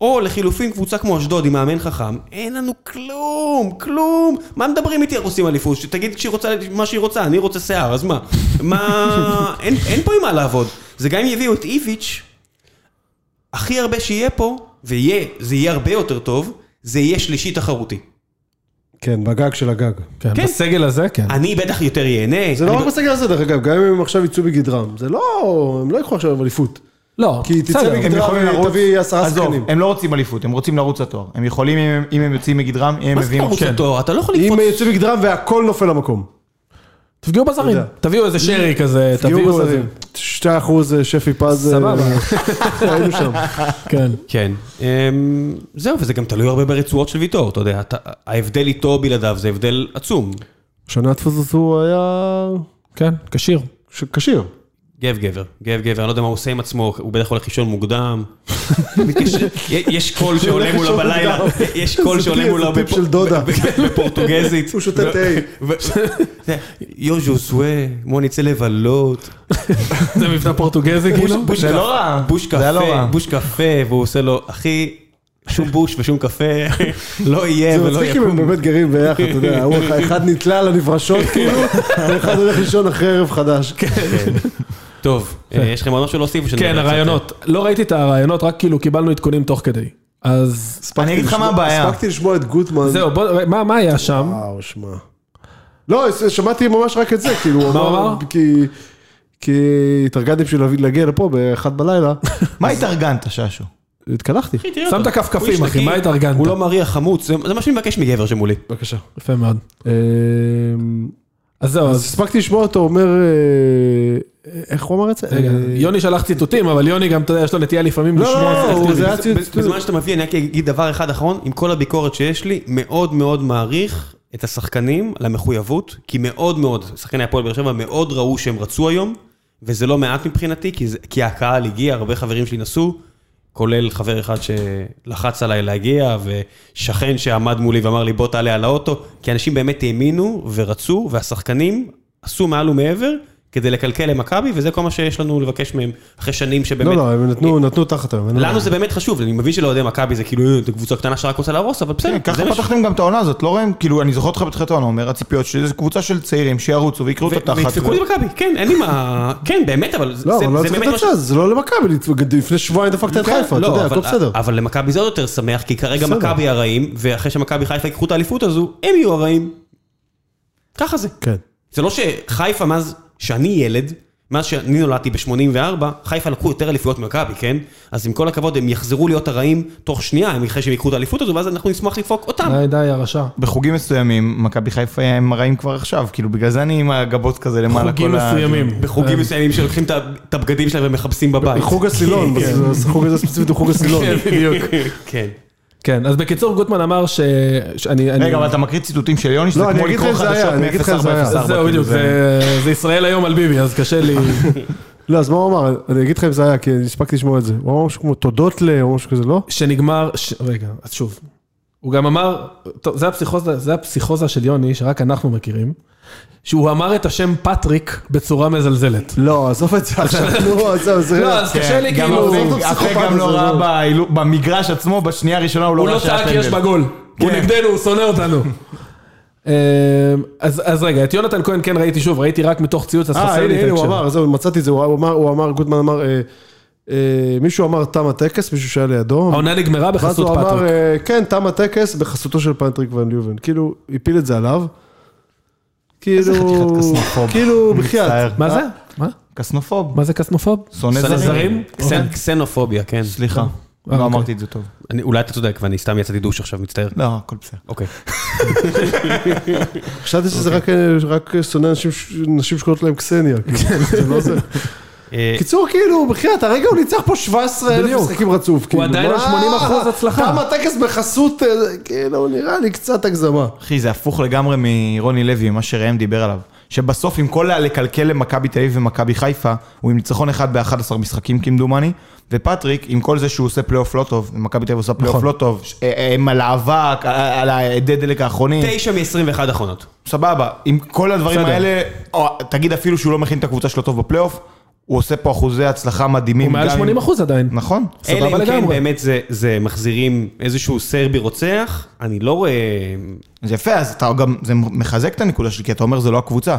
או לחילופין קבוצה כמו אשדוד עם מאמן חכם, אין לנו כלום, כלום. מה מדברים איתי הרוסים אליפות? שתגיד כשהיא רוצה מה שהיא רוצה, אני רוצה שיער, אז מה? מה... אין, אין פה עם מה לעבוד. זה גם אם יביאו את איביץ', הכי הרבה שיהיה פה, ויהיה, זה יהיה הרבה יותר טוב, זה יהיה שלישי תחרותי.
כן, בגג של הגג.
כן,
כן.
בסגל הזה, כן.
אני בטח יותר ייהנה.
זה לא
אני-
רק בסגל הזה, דרך אגב, גם אם הם עכשיו יצאו בגדרם, זה לא, הם לא יקחו עכשיו אליפות.
לא,
כי תצא
בסדר.
מגדרם.
הם יכולים
לא,
לרוץ,
תביא עשרה
עזוב,
שחקנים.
הם לא רוצים אליפות, הם רוצים לרוץ לתואר. הם יכולים, אם הם- אם הם יוצאים מגדרם, אם הם
מה זה
מביאים...
תרוץ
כן.
לתואר? אתה לא יכול
אם
לקפוץ...
יצאו בגדרם והכל נופל למקום.
תפגעו בזרים,
יודע.
תביאו איזה שרי כזה,
תביאו
תביאו איזה...
בזרים. 2% שפי פז. אה,
סבבה.
היינו שם.
כן.
כן. אמ, זהו, וזה גם תלוי הרבה ברצועות של ויטור, אתה יודע, אתה- ההבדל איתו או בלעדיו זה הבדל עצום.
שנה התפוס הוא היה
כן, כשיר.
ש- כשיר.
גב גבר, גב גבר, אני לא יודע מה הוא עושה עם עצמו, הוא בטח הולך לישון מוקדם. מתקשר- יש קול שעולה מולו בלילה, יש קול
זה
שעולה
טיפ-
מולו
זה טיפ
בפ-
של דודה.
ב- לא. אה, בפורטוגזית.
הוא שותה תה.
ו- ו- יוז'ו סווה, מוני צא לבלות.
זה מבטא פורטוגזי כאילו?
בוש
זה
קפה,
לא רע.
בוש
זה היה לא
קפה,
רע.
בוש קפה, והוא עושה לו, אחי, שום בוש ושום קפה, לא יהיה
זה
ולא
מצחיק אם
יקום.
הם באמת גרים ביחד, אתה יודע, הוא אחד נתלה על הנברשות כאילו, ואחד הולך לישון אחרי ערב חדש.
טוב, אה, יש לכם עוד משהו להוסיף? או שנדבר
כן,
קצת? אה?
הרעיונות. לא ראיתי את הרעיונות, רק כאילו קיבלנו עדכונים תוך כדי. אז
אני אגיד לך מה הבעיה.
הספקתי לשמוע את גוטמן.
זהו, בוא, מה מה היה שם?
וואו, שמע. לא, שמעתי ממש רק את זה, כאילו, הוא
מה הוא
אמר,
אמר?
כי... כי התארגנתי בשביל להביא- להגיע לפה באחד בלילה,
מה התארגנת, ששו?
התקלחתי.
אחי, תראה
שם
אותו.
את הכפכפים,
הוא איש
אחי,
נקי,
מה התארגנת?
הוא לא מריח חמוץ, זה זה מה שאני מבקש מגבר שמולי.
בבקשה.
יפה מאוד.
אמ,
אז זהו,
אז
אז
הספקתי לשמוע אותו אומר, אה, איך הוא אמר את זה?
רגע,
אה,
יוני שלח ציטוטים, אבל יוני גם, אתה יודע, יש לו נטייה לפעמים
לא,
לשמוע...
לא,
ציטוטים.
הוא- זה היה ציוץ-
בז- בזמן שאתה מביא, אני רק אגיד דבר אחד אחרון, עם כל הביקורת שיש לי, מאוד מאוד מעריך את השחקנים למחויבות, כי מאוד מאוד, שחקני הפועל באר שבע מאוד ראו שהם רצו היום, וזה לא מעט מבחינתי, כי זה- כי הקהל הגיע, הרבה חברים שלי נסעו, כולל חבר אחד שלחץ עליי להגיע, ושכן שעמד מולי ואמר לי בוא תעלה על האוטו, כי אנשים באמת האמינו ורצו, והשחקנים עשו מעל ומעבר. כדי לקלקל למכבי, וזה כל מה שיש לנו לבקש מהם, אחרי שנים שבאמת...
לא, לא, הם נתנו- נתנו תחת היום. אין
לנו
מה.
זה באמת חשוב, אני מבין שלאוהדי מכבי זה כאילו, אה, זו קבוצה קטנה שרק רוצה להרוס, אבל בסדר,
כן,
זה
ככה
מה ש-
פתחתם גם את העונה הזאת, לא רואים? כאילו, אני זוכר אותך בתחילת העונה, אומר, הציפיות שלי זה קבוצה של צעירים שירוצו ויקראו את
ו-
התחת.
וידפקו
ו-
לי מכבי, כן, אין לי מה... כן, באמת, אבל זה
לא, אבל לא
זה
צריך
באמת מה ש-
לתת זה לא למכבי, לפני שבועיים דפקת את חיפה, אתה
לא,
יודע,
אבל-
הכל בסדר.
אבל למכבי זה עוד יותר שמח, כי כרגע
בסדר.
מכבי הרעים, ואחרי שמכבי חיפה ייקחו את האליפות הזו, הם יהיו הרעים. ככה זה.
כן.
זה לא שחיפה מאז שאני ילד, מאז שאני נולדתי ב-84, חיפה לקחו יותר אליפויות ממכבי, כן? אז עם כל הכבוד, הם יחזרו להיות הרעים תוך שנייה, הם- אחרי שהם ייקחו את האליפות הזו, ואז אנחנו נשמח לדפוק
אה,
אותם.
די, די, הרשע.
בחוגים מסוימים, מכבי חיפה הם רעים כבר עכשיו, כאילו, בגלל זה אני עם הגבות כזה למעלה.
חוגים
כל ה- כאילו.
מסוימים.
אה.
בחוגים מסוימים שלוקחים את ה- את הבגדים שלהם ומכבסים בבית.
חוג הסילון, אז החוג הזה ספציפית הוא חוג הסילון.
כן.
כן, אז בקיצור, גוטמן אמר ש... שאני... אני-
רגע, אבל אתה מקריא ציטוטים של יוני, שזה
לא, אני
כמו
אגיד לך
לקרוא
איך זה
חדשות
היה, אני אגיד לך איך זה היה.
אז
מ-04.
זהו, בדיוק, זה- זה ישראל היום על ביבי, אז קשה לי...
לא, אז מה הוא אמר? אני אגיד לך אם זה היה, כי אני הספקתי לשמוע את זה. הוא אמר משהו כמו תודות ל... או משהו כזה, לא?
שנגמר, ש... רגע, אז שוב. הוא גם אמר, טוב, זה הפסיכוזה, זה הפסיכוזה של יוני, שרק אנחנו מכירים, שהוא אמר את השם פטריק בצורה מזלזלת.
לא, עזוב את זה עכשיו. נו, עזוב, זה...
לא, אז קשה לי
כן, גם
כאילו,
עובד.
הוא
לא
הפק- הפק
פסיכופת
גם לא
הזה,
ראה
לא.
באילו- במגרש עצמו, בשנייה הראשונה הוא לא ראה
לא
שהיה
צעק יש
פנדל.
בגול, הוא
כן.
נגדנו, הוא שונא אותנו. אמ, אז אז רגע, את יונתן כהן כן ראיתי שוב, ראיתי רק מתוך ציוץ, אז
אה,
חסר
הנה,
לי את
הנה, הוא
ההקשר.
אמר, זהו, מצאתי את זה, הוא אמר, הוא אמר, גוטמן אמר, אה, אה, מישהו אמר תם הטקס, מישהו שהיה לידו.
העונה נגמרה
ואז
בחסות
הוא אמר,
פטריק.
אה, כן, תם הטקס בחסותו של פטריק ון ליובן. כאילו, הפיל את זה עליו. כאילו,
חתיכת קסנופוב.
כאילו,
מצטער.
בחייאת.
מה זה? מה?
קסנופוב.
מה זה קסנופוב?
שונא זרים.
קסנ- קסנופוביה, כן.
סליחה,
אוקיי.
לא אמרתי את זה טוב.
אני- אולי אתה צודק, ואני סתם יצאתי דוש עכשיו, מצטער.
לא, הכל בסדר.
אוקיי.
חשבתי שזה
אוקיי.
רק, אה, רק שונא אנשים ש- נשים שקוראות להם קסניה.
כן.
כאילו, זה לא זה.
אה,
קיצור, כאילו, בחייאת, הרגע הוא ניצח פה 17 אלף
בדיוק.
משחקים רצוף. כאילו,
עדיין על
מה?
80% הצלחה.
תם הטקס בחסות, אה, כאילו, נראה לי קצת הגזמה.
אחי, זה הפוך לגמרי מרוני לוי, ממה שראם דיבר עליו. שבסוף עם כל הלקלקל למכבי תל אביב ומכבי חיפה, הוא עם ניצחון אחד ב-11 משחקים כמדומני, ופטריק, עם כל זה שהוא עושה פלייאוף לא טוב, מכבי תל אביב עושה
נכון.
פלייאוף לא טוב, ש- אה, הם על האבק, אה, על האדי דלק האחרונים,
תשע מ-21 אחרונות.
סבבה, עם כל הדברים
בסדר.
האלה, או, תגיד אפילו שהוא לא מכין את הקבוצה שלו טוב בפלייאוף, הוא עושה פה אחוזי הצלחה מדהימים.
הוא מעל
גם עם-
80 אחוז עדיין.
נכון.
אלא אם כן
לגמרי.
באמת זה, זה מחזירים איזשהו סרבי רוצח, אני לא רואה...
זה יפה, אז אתה גם, זה מחזק את הנקודה שלי, כי אתה אומר זה לא הקבוצה.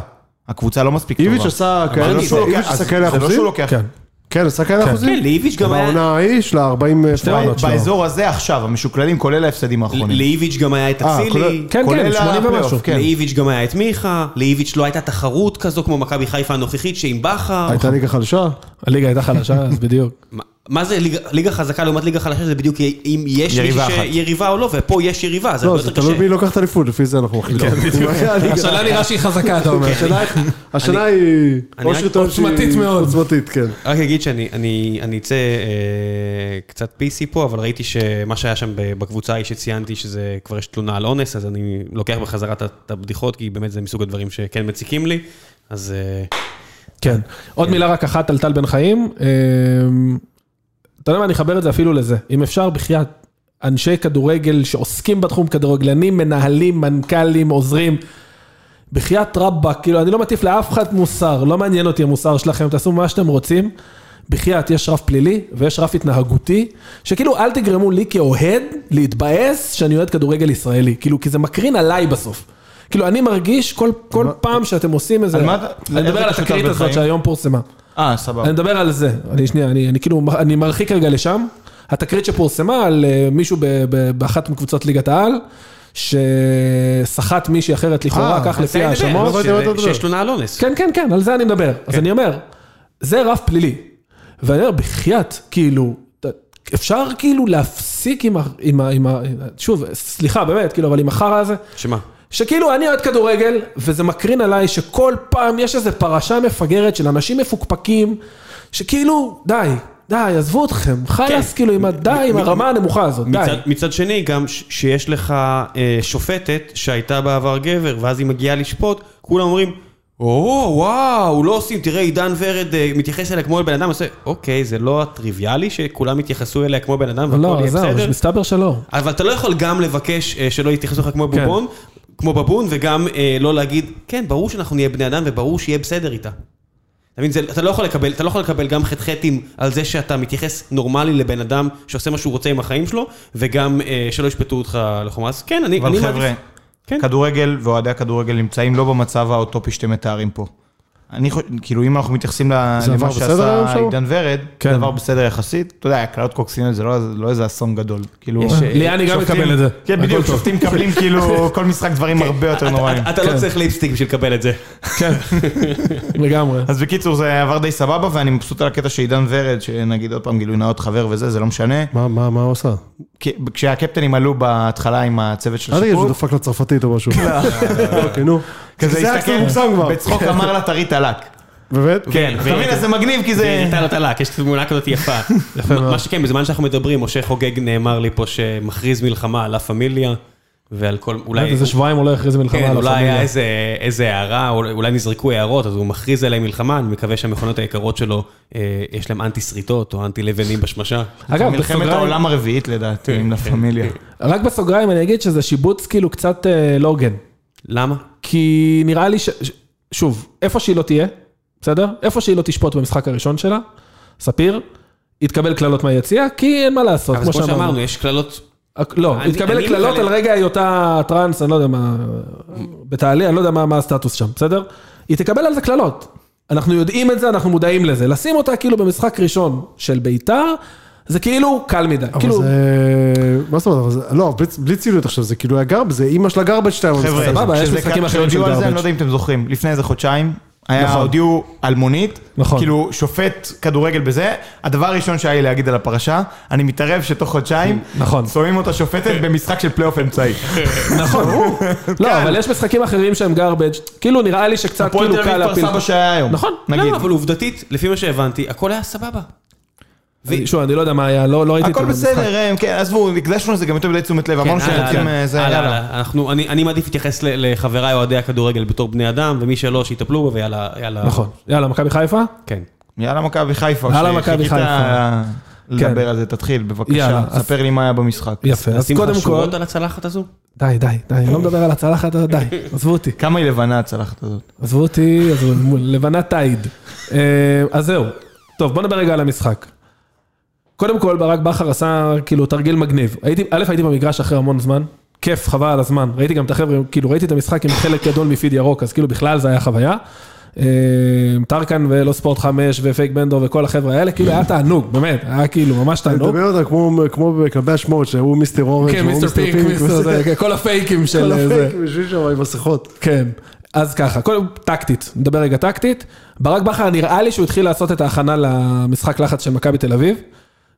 הקבוצה לא מספיק טובה.
איביץ' עשה
אבל
כאלה
לא שהוא
איביץ'
לוקח-
עשה
אז
כאלה
זה לא שהוא
אחוזים?
לוקח.
כן.
כן, עשה כאלה אחוזים?
כן, לאיביץ' גם היה...
בעונה ההיא של ה-40 אה,
שתי העונות שלו.
באזור הזה עכשיו, המשוקללים, כולל ההפסדים האחרונים.
לאיביץ' גם היה את
אה,
אצילי.
כולל-
כן,
כולל
80
הפלייאוף,
ומשהו.
כן.
לאיביץ' גם היה את מיכה, לאיביץ' לא הייתה תחרות כזו כמו מכבי חיפה הנוכחית שעם בכר.
הייתה ליגה חלשה?
הליגה הייתה חלשה, אז בדיוק.
מה- מה זה ליגה- ליגה חזקה לעומת ליגה חלשה זה בדיוק אם יש מישהו
יריבה אחת.
שיריבה או לא, ופה יש יריבה, זה
לא,
הרבה
זה
יותר קשה.
תלוי מי לוקח את האליפות, לפי זה אנחנו מחליטים.
כן,
אם היה ליגה-
השאלה נראה שהיא חזקה, אתה אומר.
השנה- השנה היא...
אני
אושר
רק-
טוען שהיא
עוצמתית מאוד.
עוצמתית, כן.
רק אגיד שאני אני, אני אצא אה, קצת PC פה, אבל ראיתי שמה שהיה שם ב- בקבוצה ההיא שציינתי, שזה כבר יש תלונה על אונס, אז אני לוקח בחזרה את ה- את הבדיחות, כי באמת זה מסוג הדברים שכן מציקים לי. אז אה,
כן. עוד מילה רק אחת על טל בן חיים. אמ, אתה יודע מה, אני אחבר את זה אפילו לזה. אם אפשר, בחייאת, אנשי כדורגל שעוסקים בתחום, כדורגלנים, מנהלים, מנכ"לים, עוזרים. בחייאת רבאק, כאילו, אני לא מטיף לאף אחד מוסר, לא מעניין אותי המוסר שלכם, תעשו מה שאתם רוצים. בחייאת, יש רף פלילי ויש רף התנהגותי, שכאילו אל תגרמו לי כאוהד להתבאס שאני אוהד כדורגל ישראלי, כאילו, כי זה מקרין עליי בסוף. כאילו, אני מרגיש כל, כל פעם שאתם עושים איזה...
על מה אתה-
אני
איך
מדבר
זה
על
קשור
התקרית
לבן
הזאת
חיים?
שהיום פורסמה.
אה, סבבה.
אני מדבר על זה, אני שנייה, אני, אני כאילו, אני מרחיק רגע לשם. התקרית שפורסמה על אה, מישהו ב, ב, באחת מקבוצות ליגת העל, שסחט מישהי אחרת לכאורה,
אה,
כך לפי
זה אני מדבר,
ההאשמות.
לא
שזה-
הבנתי מה אתה
שיש תלונה על אונס.
כן, כן, כן, על זה אני מדבר. אז אני אומר, זה רף פלילי. ואני אומר, בחייאת, כאילו, ת- אפשר כאילו להפסיק עם ה... עם ה, עם ה שוב, סליחה, באמת, כאילו, אבל עם החרא הזה,
שמה?
שכאילו אני אוהד כדורגל, וזה מקרין עליי שכל פעם יש איזו פרשה מפגרת של אנשים מפוקפקים, שכאילו, די, די, עזבו אתכם, חלאס,
כן.
כאילו, עם ה- די, עם
מ-
הרמה הנמוכה הזאת, די.
מצד, מצד שני, גם ש- שיש לך אה, שופטת שהייתה בעבר גבר, ואז היא מגיעה לשפוט, כולם אומרים, או, וואו, לא עושים, תראה, עידן ורד אה, מתייחס אליה כמו אל בן אדם, עושה, אוקיי, זה לא הטריוויאלי שכולם יתייחסו אליה כמו בן אדם, והכל
לא,
יהיה
זהו,
בסדר.
מסתבר שלא.
אבל אתה לא יכול גם לבקש אה, שלא יתייחסו לך כמו
כן.
בובון, כמו בבון, וגם אה, לא להגיד, כן, ברור שאנחנו נהיה בני אדם וברור שיהיה בסדר איתה. אתה מבין, זה- אתה לא יכול לקבל, אתה לא יכול לקבל גם חטחטים על זה שאתה מתייחס נורמלי לבן אדם שעושה מה שהוא רוצה עם החיים שלו, וגם אה, שלא ישפטו אותך לחומרה. אז כן, אני, אני
אבל חבר'ה,
כן.
כדורגל ואוהדי הכדורגל נמצאים לא במצב האוטופי שאתם מתארים פה. אני חושב, כאילו אם אנחנו מתייחסים ל-
זה עבר
למה
בסדר היום
שעשה
שם?
עידן ורד,
כן.
זה עבר בסדר יחסית, אתה יודע, הקללות קוקסינל זה לא- זה לא איזה אסון גדול. כאילו,
יש, אה,
ליאני גם
שופטים-
מקבל לא את זה.
כן,
הכל
בדיוק,
טוב.
שופטים מקבלים כאילו כל משחק דברים הרבה יותר
אתה-
נוראים.
אתה- אתה לא צריך ליפסטיק בשביל לקבל את זה.
כן, לגמרי.
אז בקיצור, זה עבר די סבבה, ואני מבסוט על הקטע שעידן ורד, שנגיד עוד פעם גילוי נאות חבר וזה, זה לא משנה.
מה- מה מה הוא עשה?
כי- כשהקפטנים עלו בהתחלה עם הצוות של
אה,
אל תגיד שהוא
שיפור,
דפק לצרפתית או משהו.
לא.
אוקיי, נו.
כזה
זה היה קצת מוגזם כבר.
הסתכל, בצחוק אמר לה תראי תל"ק.
באמת?
כן, אתה מבין, אז זה מגניב כי זה...
והראתה לו תל"ק, יש תמונה כזאת יפה. מה- מה שכן, בזמן שאנחנו מדברים, משה חוגג נאמר לי פה שמכריז מלחמה על לה פמיליה, ועל כל, אולי...
איזה שבועיים הוא לא הכריז מלחמה
כן,
על
אולי היה
הפמיליה.
איזה- איזה הערה, אולי- אולי נזרקו הערות, אז הוא מכריז עליהם מלחמה, אני מקווה שהמכונות היקרות שלו, אה, יש להם אנטי שריטות או אנטי לבנים בשמשה.
אגב,
מלחמת
בסוגריים-
העולם הרביעית לדעתי, עם לה פמיליה.
רק בסוגריים אני אגיד שזה שיבוץ כאילו קצת אה, לא הוגן.
למה?
כי נראה לי ש... ש- שוב, איפה שהיא לא תהיה, בסדר? איפה שהיא לא תשפוט במשחק הראשון שלה, ספיר, היא תתקבל קללות מהיציע, כי אין מה לעשות,
אבל כמו שאמרנו, יש קללות...
הק- לא,
אני-
היא תתקבל
אני
קללות
מתעלם.
על רגע היותה טראנס, אני לא יודע מה... בתעלי, אני לא יודע מה מה הסטטוס שם, בסדר? היא תקבל על זה קללות. אנחנו יודעים את זה, אנחנו מודעים לזה. לשים אותה כאילו במשחק ראשון של בית"ר, זה כאילו קל מדי.
אבל
כאילו,
זה... מה זאת אומרת? אבל זה- לא, בלי- בלי ציוניות עכשיו, זה כאילו הגרב, זה אימא של הגרבג' שתיים.
חבר'ה,
סבבה, יש
כשזה
משחקים
קרה-
אחרים של
כשהודיעו על זה, אני
garbage.
לא יודע אם אתם זוכרים, לפני איזה חודשיים, היה,
נכון.
הודיעו על מונית,
נכון.
כאילו שופט כדורגל בזה, הדבר הראשון שהיה לי להגיד על הפרשה, אני מתערב שתוך חודשיים,
נכון.
שמים אותה שופטת במשחק של פלייאוף אמצעי.
נכון.
כן.
לא, אבל יש משחקים אחרים שהם garbage, כאילו נראה לי שקצת
הפועל
כאילו
תל
קל
אביב כפר
להפיל.
סבא שהיה היום.
נכון,
נגיד.
לא, אבל עובדתית, לפי מה שהבנתי, הכל היה סבבה.
אני- שוב, אני לא יודע מה היה, לא לא ראיתי את
הכל
המשחק.
בסדר, ראם, כן, עזבו, הקדשנו לזה גם יותר מדי תשומת לב,
כן,
אמרנו
הלאה,
שרוצים
הלאה.
אה, זה,
הלאה,
יאללה.
הלאה. אנחנו- אני אני מעדיף להתייחס ל- לחבריי אוהדי הכדורגל בתור בני אדם, ומי שלא, שיטפלו בו, ויאללה, יאללה.
נכון. יאללה, מכבי חיפה?
כן.
יאללה מכבי חיפה,
יאללה, מכבי
שחיכית
חיפה. כן.
לדבר על זה, תתחיל בבקשה,
יאללה, אז-
ספר לי מה היה במשחק.
יפה, אז
שים לך
קודם כל...
שורות על הצלחת הזו?
די, די, די, אני לא מדבר על הצלחת, הזאת, די, עזבו אותי.
כמה היא לבנה הצלחת הזאת?
עזבו אותי, עזבו, מול לבנת טייד. אה, אז זהו. טוב, בוא נדבר רגע על המשחק. קודם כל, ברק בכר עשה כאילו תרגיל מגניב. הייתי, א', הייתי במגרש אחרי המון זמן, כיף, חבל על הזמן. ראיתי גם את החבר'ה, כאילו ראיתי את המשחק עם חלק גדול מפיד ירוק, אז כאילו בכלל זה היה חוויה. אה, טרקן ולא ספורט 5 ופייק בנדו וכל החבר'ה האלה, כאילו היה תענוג, באמת, היה כאילו ממש
אתה
תענוג.
מדבר אותה כמו- כמו בכלבי השמורת, שהיו מיסטר אורנג'
כן,
והוא
מיסטר פינק, מיסטר
וזה.
זה, כן, לא, כל הפייקים של אה,
כל
זה.
הפייקים יושבים שם עם מסכות.
כן, אז ככה, קודם טקטית, נדבר רגע טקטית. ברק בכר נראה לי שהוא התחיל לעשות את ההכנה למשחק לחץ של מכבי תל אביב.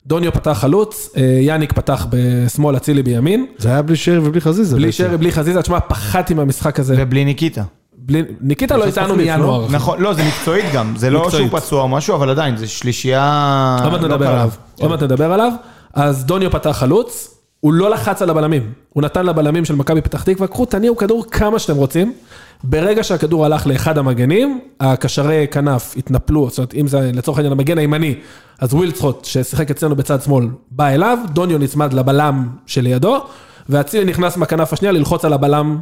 דוניו פתח חלוץ, אה, יאניק פתח בשמאל, אצילי בימין.
זה היה בלי שרי ובלי חזיזה.
בלי
בעצם.
שרי, בלי חזיזה, תשמע, פחדתי מהמשחק הזה.
ובלי ניקיטה.
בלי... ניקיטה לא איתנו
מחליף,
מינואר. אחי.
נכון, לא, זה מקצועית גם, זה לא שהוא
מקצועית.
פצוע או משהו, אבל עדיין, זה שלישייה...
עוד מעט
לא
נדבר
קלה.
עליו. עוד מעט נדבר עליו. אז דוניו פתח חלוץ, הוא לא לחץ על הבלמים. הוא נתן לבלמים של מכבי פתח תקווה, קחו, תניעו כדור כמה שאתם רוצים. ברגע שהכדור הלך לאחד המגנים, הקשרי כנף התנפלו, זאת אומרת, אם זה לצורך העניין המגן הימני, אז ווילדסחוט, ששיחק אצלנו בצד שמאל, בא אליו, דוניו נצמד לבלם שלידו, ואצילי נכנס מהכנף השנייה ללחוץ על הבלם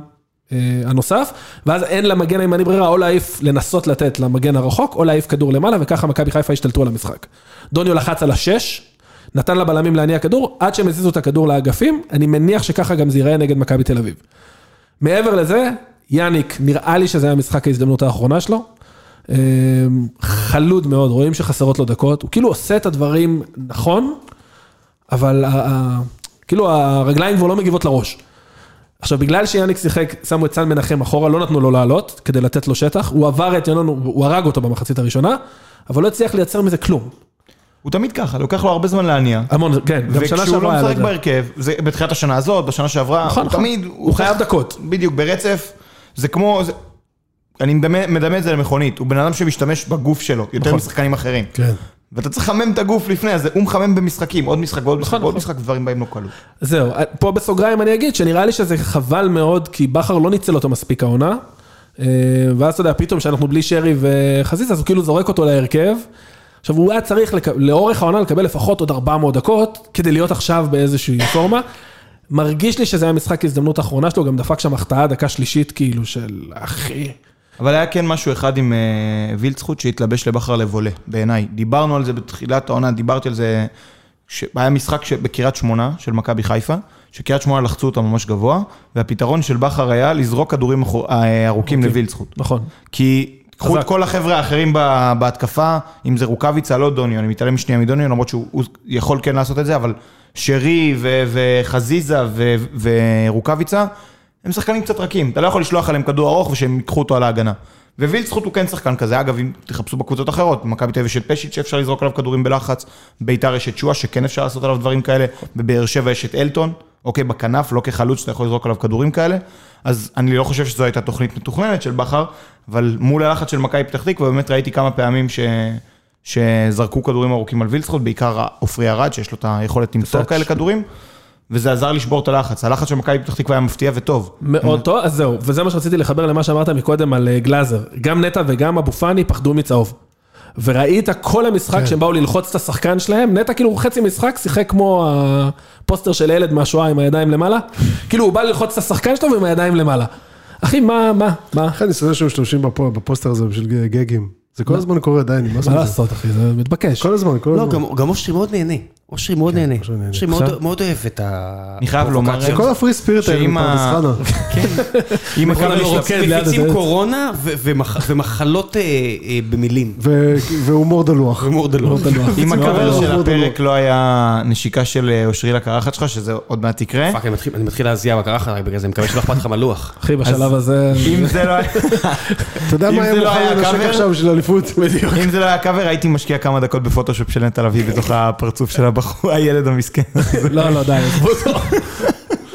אה, הנוסף, ואז אין למגן הימני ברירה, או להעיף, לנסות לתת למגן הרחוק, או להעיף כדור למעלה, וככה מכבי חיפה השתלטו על המשחק. דוניו לחץ על השש, נתן לבלמים להניע כדור, עד שהם הזיזו את הכדור לאגפים, אני מניח שככה גם זה ייראה נגד מכבי תל אביב. מעבר לזה, יאניק, נראה לי שזה היה משחק ההזדמנות האחרונה שלו. אה, חלוד מאוד, רואים שחסרות לו דקות, הוא כאילו עושה את הדברים נכון, אבל ה- ה- כאילו הרגליים כבר לא מגיבות לראש. עכשיו, בגלל שיאניק שיחק, שמו את סן מנחם אחורה, לא נתנו לו לעלות, כדי לתת לו שטח, הוא עבר את ינון, הוא- הוא הרג אותו במחצית הראשונה, אבל לא הצליח לייצר מזה כלום.
הוא תמיד ככה, לוקח לו הרבה זמן להניע.
המון, כן, גם שנה
וכשהוא
שעברה
לא
היה לו
משחק
את זה.
בהרכב, זה בתחילת השנה הזאת, בשנה שעברה,
נכון,
הוא
נכון.
תמיד...
הוא חייב דקות.
בדיוק, ברצף. זה כמו... זה- אני מדמה מדמה את זה למכונית, הוא בן אדם שמשתמש בגוף שלו, יותר משחקנים אחרים.
כן.
ואתה צריך לחמם את הגוף לפני, אז הוא מחמם במשחקים, עוד משחק ועוד משחק
נכון,
ועוד
נכון.
משחק, דברים באים לא קלו.
זהו, אה, פה בסוגריים אני אגיד שנראה לי שזה חבל מאוד, כי בכר לא ניצל אותו מספיק העונה, אה, ואז אתה יודע, פתאום שאנחנו בלי שרי וחזיזה, אז הוא כאילו זורק אותו להרכב. עכשיו, הוא היה צריך לק... לאורך העונה לקבל לפחות עוד 400 דקות, כדי להיות עכשיו באיזושהי פורמה. מרגיש לי שזה היה משחק הזדמנות האחרונה שלו, גם דפק שם החטאה דקה שלישית, כאילו, של אחי.
אבל היה כן משהו אחד עם אה, וילצחוט שהתלבש לבכר לבולה, בעיניי. דיברנו על זה בתחילת העונה, דיברתי על זה... ש- היה משחק ש- בקריית שמונה של מכבי חיפה, שקריית שמונה לחצו אותה ממש גבוה, והפתרון של בכר היה לזרוק כדורים אחו- אה, ארוכים לווילצחוט.
נכון.
כי קחו את
חזק.
כל החבר'ה האחרים ב- בהתקפה, אם זה רוקאביצה, לא דוניו, אני מתעלם שנייה מדוניו, למרות שהוא הוא יכול כן לעשות את זה, אבל שרי ו- וחזיזה ו- ורוקאביצה, הם שחקנים קצת רכים, אתה לא יכול לשלוח עליהם כדור ארוך ושהם ייקחו אותו על ההגנה. ווילצחוט הוא כן שחקן כזה, אגב, אם תחפשו בקבוצות אחרות, במכבי תל אביב יש את פשיץ' שאפשר לזרוק עליו כדורים בלחץ, ביתר יש את שואה שכן אפשר לעשות עליו דברים כאלה, בבאר שבע יש את אלטון, אוקיי, בכנף, לא כחלוץ שאתה יכול לזרוק עליו כדורים כאלה, אז אני לא חושב שזו הייתה תוכנית מתוכננת של בכר, אבל מול הלחץ של מכבי פתח תקווה, באמת ראיתי כמה פעמים ש... שזרקו כדורים ארוכים על וילצחוט, בעיקר עופרי ארד, שיש לו את היכולת למסור כאלה כדורים, וזה עזר לשבור את הלחץ. הלחץ של מכבי פתח תקווה היה מפתיע וטוב.
מאוד טוב, אז זהו, וזה מה שרציתי לחבר למה שאמרת מקודם על אה, גלאזר. גם נטע וגם אבו פאני פחדו מצהוב. וראית כל המשחק שהם באו ללחוץ את השחקן שלהם, נטע כאילו חצי משחק שיחק כמו הפוסטר של הילד מהשואה עם הידיים למעלה. כאילו הוא בא ללחוץ את השחקן שלו ועם הידיים למעלה. אחי, מה, מה, מה?
לכן אני שונא שמשתמשים בפו- בפוסטר הזה בשביל ג- גגים. זה כל הזמן קורה, די, נמאס
מה
מזה.
לעשות, אחי, זה מתבקש.
כל הזמן, כל
לא,
הזמן.
גם-
גם אושרי מאוד נהנה. אושרי מאוד נהנה.
אושרי נהנה.
אושרי מאוד- מאוד אוהב את ה...
אני חייב לומר,
זה כל הפרי ספירט האלה
שאם ה-
מפרדס חנה.
אם מכבי
אבל
יש לה-
רוקד ליד
מפיצים
הדלת.
קורונה ו- ומח- ומחלות אה, אה, במילים.
ו- והומור דלוח.
ומור דלוח.
אם הקבר של
מאוד
הפרק לא היה נשיקה של אה, אושרי לקרחת שלך, שזה עוד מעט יקרה,
אה?
פאק, אני מתחיל- אני מתחיל להזיע בקרחת, רק בגלל זה, אני מקווה שלא אכפת לך מהלוח.
אחי, בשלב הזה...
אם זה לא היה...
אתה יודע
אם
מה
זה
הם
לא היה
מוכנים לנשק
הקאבר?
עכשיו בשביל אליפות? בדיוק.
אם זה לא היה קאבר, הייתי משקיע כמה דקות בפוטושופ של נטע לביא בתוך הפרצוף של הבחור, הילד המסכן.
לא, לא, די, עזבו אותו.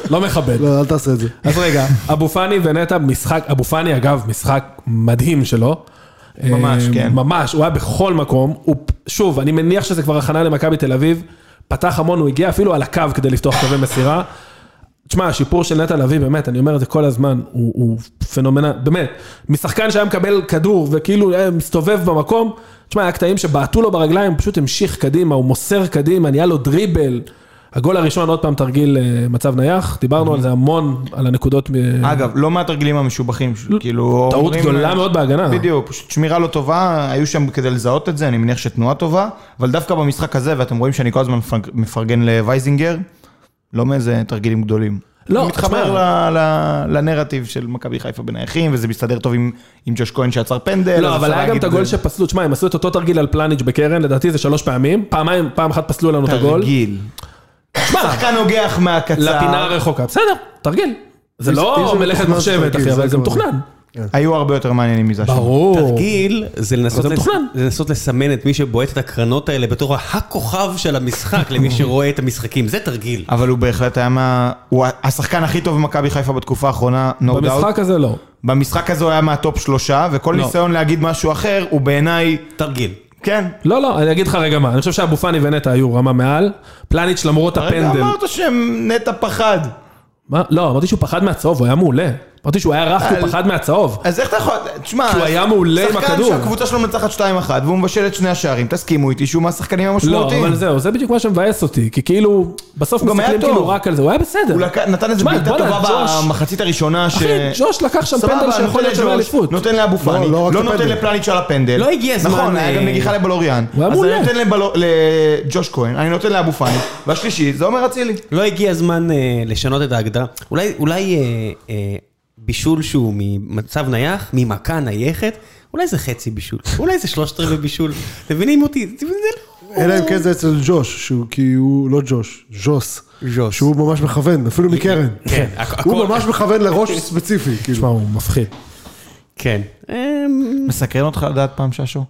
לא מכבד.
לא, אל תעשה את זה.
אז רגע, אבו פאני ונטע, משחק, אבו פאני אגב, משחק מדהים שלו.
ממש,
אה,
כן.
ממש, הוא היה בכל מקום. הוא, שוב, אני מניח שזה כבר הכנה למכבי תל אביב. פתח המון, הוא הגיע אפילו על הקו כדי לפתוח קווי מסירה. תשמע, השיפור של נטע לביא, באמת, אני אומר את זה כל הזמן, הוא, הוא פנומנל, באמת. משחקן שהיה מקבל כדור וכאילו היה מסתובב במקום, תשמע, היה קטעים שבעטו לו ברגליים, הוא פשוט המשיך קדימה, הוא מוסר קדימה, נהיה לו דריבל. הגול הראשון, עוד פעם תרגיל אה, מצב נייח, דיברנו על זה המון, על הנקודות. אה, מ-
אגב, לא מהתרגילים המשובחים, ש- כאילו...
טעות
אומרים-
גדולה מאוד בהגנה.
בדיוק, פשוט שמירה לא טובה, היו שם כדי לזהות את זה, אני מניח שתנועה טובה, אבל דווקא במשחק הזה, ואתם רואים שאני כל הזמן מפרג- מפרגן לווייזינגר, לא מאיזה תרגילים גדולים.
לא,
הוא מתחבר
תשמע.
ל- ל- לנרטיב של מכבי חיפה בנייחים, וזה מסתדר טוב עם עם ג'וש כהן שעצר פנדל. כן, אז
לא, אבל
אפשר
היה גם
להגיד
את הגול
זה-
שפסלו, תשמע, הם עשו את אותו תרגיל על פלניג' בקרן, לדעתי זה שלוש פעמים, פעמיים, פעם אחת פסלו לנו את הגול.
תרגיל.
תשמע,
שחקן נוגח
לפינה
מהקצר,
הרחוקה, בסדר, תרגיל. זה
אם
לא
זה
מלאכת
מתוכנן,
מחשבת,
תרגיל,
אחי,
זה
אבל זה
הכוונה.
מתוכנן.
היו הרבה יותר מעניינים מזה. שם.
ברור.
תרגיל זה לנסות,
אבל זה
לס-
מתוכנן.
זה לנסות לסמן את מי שבועט את הקרנות האלה בתור הכוכב של המשחק למי שרואה את המשחקים, זה תרגיל.
אבל הוא בהחלט היה מה... הוא השחקן הכי טוב במכבי חיפה בתקופה האחרונה, no doubt.
במשחק הזה לא.
במשחק הזה הוא היה מהטופ שלושה, וכל
לא.
ניסיון להגיד משהו אחר הוא בעיניי,
תרגיל.
כן.
לא, לא, אני אגיד לך רגע מה, אני חושב שאבו פאני ונטע היו רמה מעל, פלניץ' למרות
הרגע
הפנדל.
אמרת שנטע פחד.
מה? לא, אמרתי שהוא פחד מהצהוב, הוא היה מעולה. אמרתי שהוא היה רך, כי הוא
על-
פחד מהצהוב.
אז איך אתה יכול... תשמע,
כי הוא היה מעולה עם הכדור.
שחקן שהקבוצה שלו מנצחת 2-1 והוא מבשל את שני השערים, תסכימו איתי שהוא מהשחקנים
לא,
המשמעותיים.
אבל זהו, זה בדיוק מה שמבאס אותי, כי כאילו, בסוף
הוא גם היה
מסתכלים כאילו
טוב.
רק על זה, הוא היה בסדר.
הוא לקח- נתן איזה
תשמע,
בעיטה
בואנה,
טובה
ג'וש-
במחצית הראשונה ש...
אחי, ג'וש לקח שם
סבבה,
פנדל שיכול
נותן
להיות שווה
לג'וש,
אליפות.
נותן לאבו פאני,
לא רק
לא
את
נותן
הפנדל.
לפלניץ' על הפנדל.
לא הגיע הזמן,
נכון,
אה,
היה גם נגיחה לבלוריאן.
הוא היה
אז
מעולה.
אני נותן לבלו- לג'וש כהן, אני נותן לאבו פאני, והשלישי זה עומר אצילי.
לא הגיע הזמן אה, לשנות את ההגדרה. אולי, אולי אה, אה, בישול שהוא ממצב נייח, ממכה נייחת, אולי זה חצי בישול, אולי זה שלושת רבעי בישול. אתם מבינים אותי? זה לא...
אלא אם כן זה אצל ג'וש, שהוא כי הוא לא ג'וש, ז'וס.
ז'וס.
שהוא ממש מכוון, אפילו מקרן.
כן, הכ-
הוא
הכל-
ממש מכוון לראש ספציפי, כאילו.
תשמע, הוא מפחיד.
כן. אה,
אמ,
מסקרן אותך לדעת פעם ששו?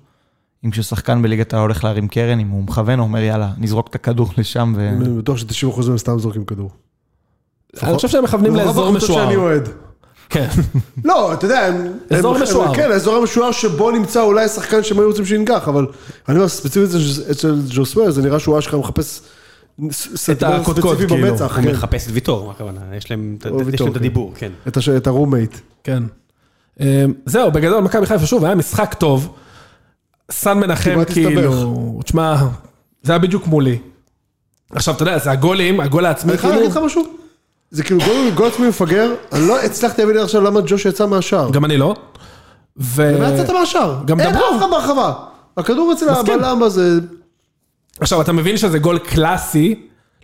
אם כששחקן בליגת העל הולך להרים קרן, אם הוא מכוון, הוא אומר יאללה, נזרוק את הכדור לשם ו...
אני בטוח ש-90% מהם סתם זורקים כדור.
אני חושב שהם מכוונים
זה
לאזור
רוב הקבוצות שאני
משוער.
אוהד.
כן.
לא, אתה יודע, הם...
אזור
הם-
משוער.
כן, האזור המשוער שבו נמצא אולי השחקן שהם היו רוצים שינגח, אבל אני אומר, ספציפית אצל- אצל ג'וסווה, זה נראה שהוא אשכרה מחפש ס- סנטימטר
הקודקוד,
ספציפי
כאילו.
במצח,
הוא
כן.
מחפש את ויטור, מה הכוונה? יש להם את-
או
יש
ויטור,
להם את
כן.
הדיבור, כן.
את הש- את הרומייט. אה,
כן. אמ, זהו, בגדול, מכבי חיפה, שוב, היה משחק טוב. סן מנחם,
כמעט
כאילו, תשמע, זה היה בדיוק מולי. עכשיו, אתה יודע, זה הגולים, הגול העצמי,
אני חייב
כאילו,
להגיד לך משהו? זה כאילו גול- גול עצמי מפגר, אני לא הצלחתי להבין עד עכשיו למה ג'וש יצא מהשער.
גם אני לא. ו...
ומה יצאת מהשער?
גם
אין
דבור.
אף אחד ברחבה. הכדור אצל
מסכים.
הבלם הזה,
עכשיו, אתה מבין שזה גול קלאסי